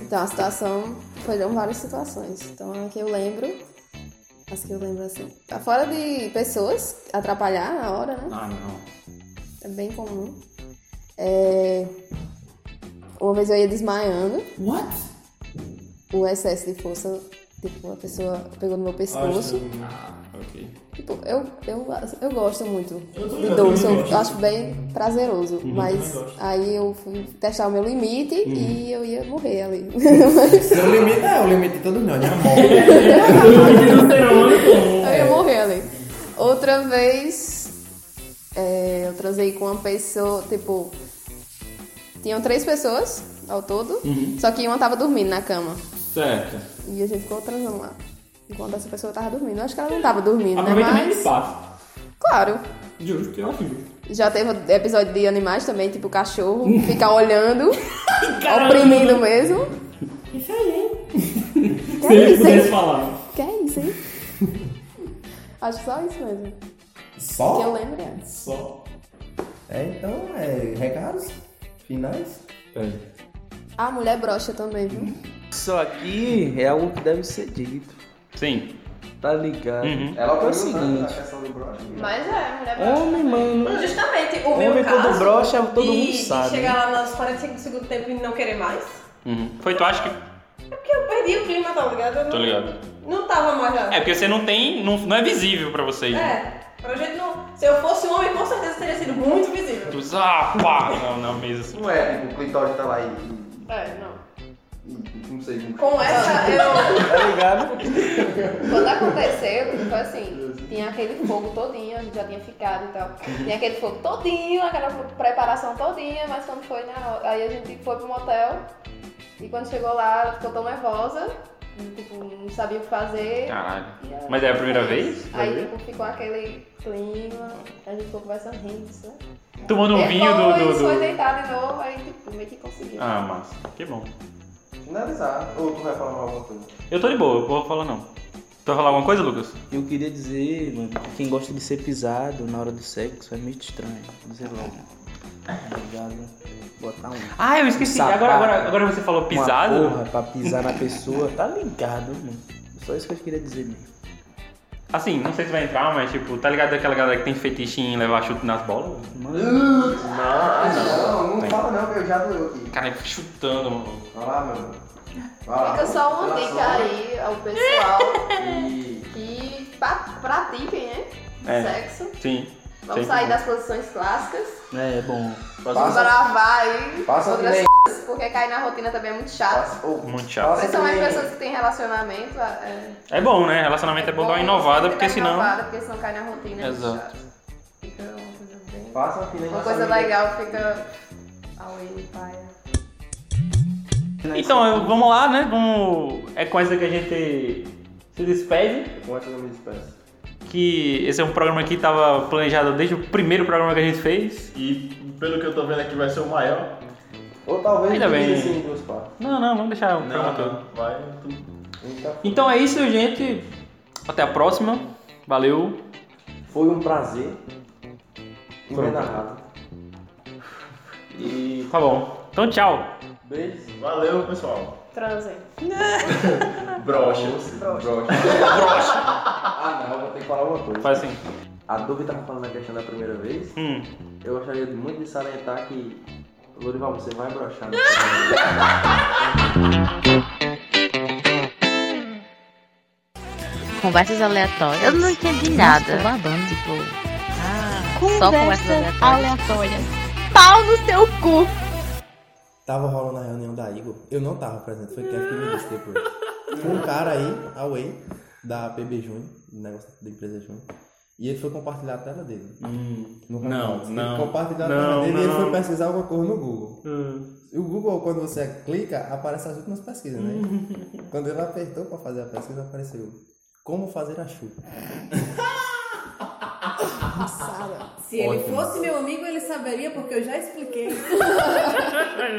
Então, a situação foram várias situações. Então, a que eu lembro, as que eu lembro assim. Tá Fora de pessoas atrapalhar na hora, né? Ah, não. É bem comum. É, Uma vez eu ia desmaiando. What? O excesso de força, tipo, a pessoa pegou no meu pescoço. Ah, ok. Tipo, eu, eu, eu gosto muito também, de eu doce, eu, também gosto. acho bem prazeroso. Uhum, mas eu gosto. Uhum. aí eu fui testar o meu limite e eu ia morrer ali. Seu limite é o limite de todos nós, né? Amor. Eu ia morrer ali. É. Outra vez, é, eu transei com uma pessoa, tipo, tinham três pessoas ao todo, Uhum. só que uma tava dormindo na cama. Certo. E a gente ficou transando lá. Enquanto essa pessoa tava dormindo. Eu acho que ela não tava dormindo, né? Aproveita Mas, mais espaço. claro. Justo, eu acho justo. Já teve episódio de animais também, tipo cachorro, ficar olhando, Caramba. oprimindo mesmo. Isso aí, hein? Que Se é ele isso, pudesse hein? falar. Que é isso, hein? Acho só isso mesmo. Só? Que eu lembro antes. Só. É, então, é, recados finais. Ah, mulher brocha também, viu? Isso aqui é algo que deve ser dito. Sim. Tá ligado? Uhum. Ela é o perguntou seguinte. a questão do broche. né? Mas é, mulher brocha. Homem, mano. Justamente, o Homem, meu quando caso. brocha, todo de- mundo de sabe, Chegar né? lá nos 45 segundos do tempo e não querer mais. Uhum. Foi, tu acha que. É porque eu perdi o clima, tá ligado? Eu não, Tô ligado. não tava mais lá. É, porque você não tem. Não, não é visível pra vocês. né? É, pra gente não. Se eu fosse um homem, com certeza teria sido muito visível. Tu ah, pá, não, não, mesa assim. Não é, tipo, o clitóris tá lá e. É, não. e- não sei. Com essa, eu- Tá ligado? Quando aconteceu, foi assim, tinha aquele fogo todinho, a gente já tinha ficado e tal. Tinha aquele fogo todinho, aquela preparação todinha, mas quando foi na hora. Aí a gente foi pro motel e quando chegou lá, ela ficou tão nervosa, tipo, não sabia o que fazer. E Caralho. aí- Mas é a primeira vez? Aí tipo, ficou aquele clima, a gente ficou conversando rindo, né? Tomando um vinho do- Depois do- do- foi deitar de novo, aí tipo, meio que conseguiu. Ah, massa. Que bom. Finalizar. Ou tu vai falar mais alguma coisa? Eu tô de boa, eu vou falar não. Tu vai falar alguma coisa, Lucas? Eu queria dizer, mano, que quem gosta de ser pisado na hora do sexo é muito estranho. Vou dizer logo. Obrigado. Botar um. Ah, eu esqueci. Agora- agora- agora você falou pisado? Uma porra pra pisar na pessoa. Tá ligado, mano. Só isso que eu queria dizer mesmo. Assim, não sei se vai entrar, mas tipo, tá ligado aquela galera que tem fetiche em levar chute nas bolas? Mano. Ah, não, não Tem. fala não, que eu já doeu aqui. Um Cara, fica chutando, mano. Vai lá, meu irmão. Vai lá. Fica só um uma dica aí ao pessoal E- que pa- pratiquem, né? É. Sexo. Sim. Vamos sair das posições clássicas. É, bom. um Vamos gravar aí passa outras que coisas, porque cair na rotina também é muito chato. Muito chato. Principalmente pessoas que têm relacionamento. É, É bom, né? Relacionamento é bom dar uma inovada, porque senão. Inovada, porque senão cai na rotina. é muito Exato. chato. Fica uma coisa bem. Passa uma fina aí, Uma passa coisa uma fina. legal fica. Away, paia. Então, eu- vamos lá, né? Vamos... É com essa que a gente se despede. Com essa eu me despeço. Que esse é um programa que tava planejado desde o primeiro programa que a gente fez. E pelo que eu tô vendo aqui vai ser o maior. Ou talvez Ainda bem. divida-se assim. em duas partes. Não, não, vamos deixar o programa todo. Vai tudo. Então é isso, gente. Até a próxima. Valeu. Foi um prazer. E Foi um bem narrado. E Tá bom. Então, tchau. beijos. Valeu, pessoal. Transem. Brocha. Brocha. ah não, eu vou ter que falar uma coisa. Faz assim. A dúvida tava falando na questão da primeira vez. Hum. Eu gostaria muito de salientar que. Lorival, você vai brochar. Conversas aleatórias. Eu não entendi Nossa, nada. Ah, tô babando. Tipo, só conversas conversas aleatórias. aleatórias. Pau no seu cu. Tava rolando a reunião da Igor. Eu não tava presente, foi Kevin que me disse depois. Com um cara aí, a Way, da PB Júnior, do negócio da empresa Júnior. E ele foi compartilhar a tela dele. No Hum, não, Hangouts. Ele não. Compartilhou a Não, tela dele e ele não. foi pesquisar alguma coisa no Google. Hum. E O Google, quando você clica, aparece as últimas pesquisas, né? quando ele apertou pra fazer a pesquisa, apareceu como fazer a chuva. Se ele Ótimo. fosse meu amigo, ele saberia, porque eu já expliquei.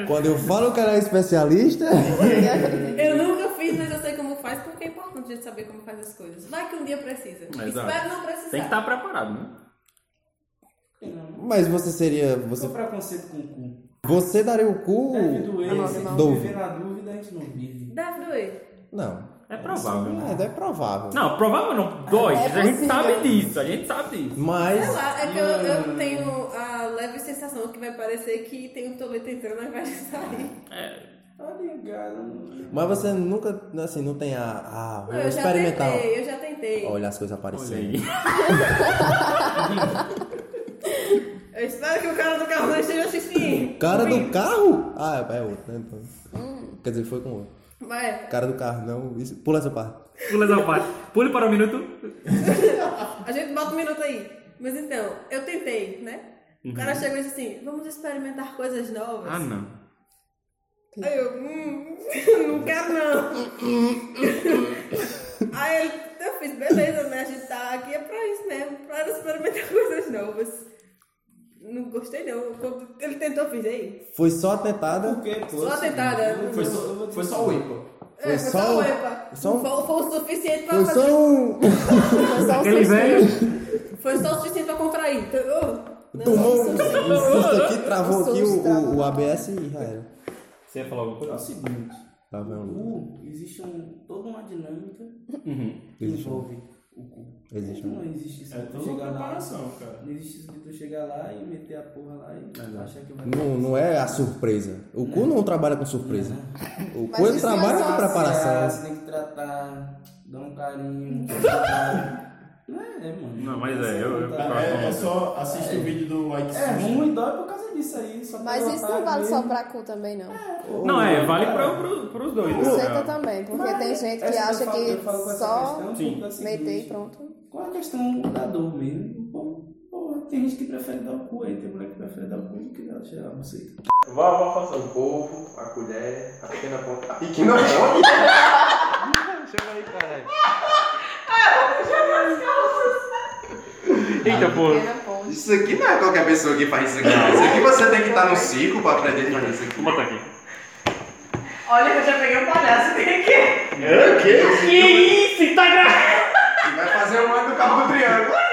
Quando eu falo que ela é especialista. eu nunca fiz, mas eu sei como faz, porque é importante a gente saber como faz as coisas. Vai que um dia precisa. Exato. Espero não precisar. tá- Tem que estar preparado, né? Mas você seria. Você, Só preconceito com o cu. você daria o cu. Deve doer, se viver Dove. na dúvida, a gente não vive. Deve doer. Não. É provável. né? É, é provável. Não, provável não. Dói. É a gente possível. sabe disso. A gente sabe disso. Mas. Sei lá, é que eu, eu tenho a leve sensação que vai parecer que tem um tolete entrando e vai sair. É, Tá ligado? Mas você nunca, assim, não tem a. Ah, vou Eu já experimentar. tentei, eu já tentei. Olha as coisas aparecendo. Eu espero que o cara do carro não esteja assistindo. Cara Hum. do carro? Ah, é outro, né? Então. Quer dizer, foi com outro. Mas Cara do carro, não. Isso- Pula essa parte. Pula essa parte. Pule para o minuto. a gente bota um minuto aí. Mas então, eu tentei, né? O cara chegou e disse assim, vamos experimentar coisas novas. Ah, não. Aí eu, hum, não quero não. Aí ele, eu fiz, beleza, né? A gente tá aqui é pra isso mesmo, pra experimentar coisas novas. Não gostei não. Quando ele tentou, eu fiz aí. Foi só a tentada. Só a tentada. um Foi só- foi só o IPA. É, foi só, só- o EPA. só um- Foi, foi o suficiente pra Foi fazer. só um. Foi só o Aquele suficiente. Foi só o suficiente pra contrair. Então, oh, não, Tomou um não, um não, susto não. um aqui, travou aqui o, o, o ABS e já era. Você ia falar alguma coisa? É o seguinte. Tá Uhum. vendo? O cu, existe um, toda uma dinâmica Uhum. que Existe um- envolve o cu. existe um- Não existe isso. É de tu toda chegar uma lá- preparação, cara. Não existe isso de tu chegar lá e meter a porra lá e achar que vai Não, não é a surpresa. O É. cu não trabalha com surpresa. O cu ele é trabalha com Ah, preparação. Você tem que tratar, dar um carinho. tratar. não é, é, mano. Não, mas é, Você eu- eu não concordo com você. assiste o vídeo do White É Sushi. ruim, dói por causa disso aí. Só Mas pelo isso otário não vale só mesmo. pra cu também, não. Não, é, vale pra, pro, pros dois. né? tá- Conceito também, porque é. Mas tem gente que essa eu acha falo- eu falo com que essa só questão, porque é o seguinte, meter e pronto. Com a questão da dor mesmo. Pô, pô, tem gente que prefere dar o cu aí, tem mulher que prefere dar o cu do que dar tirar a buceta. Vá, vá, faça o polvo, a colher, a pequena ponta. E que não é bom? Chama aí, caralho. Eita, pô. Isso aqui não é qualquer pessoa que faz isso aqui. não. Isso aqui você tem que estar no ciclo pra aprender a fazer isso aqui. Vou botar aqui. Olha, eu já peguei um palhaço tem aqui. É, o quê? Que isso, tá gravando? Vai fazer um ano do cabo do triângulo.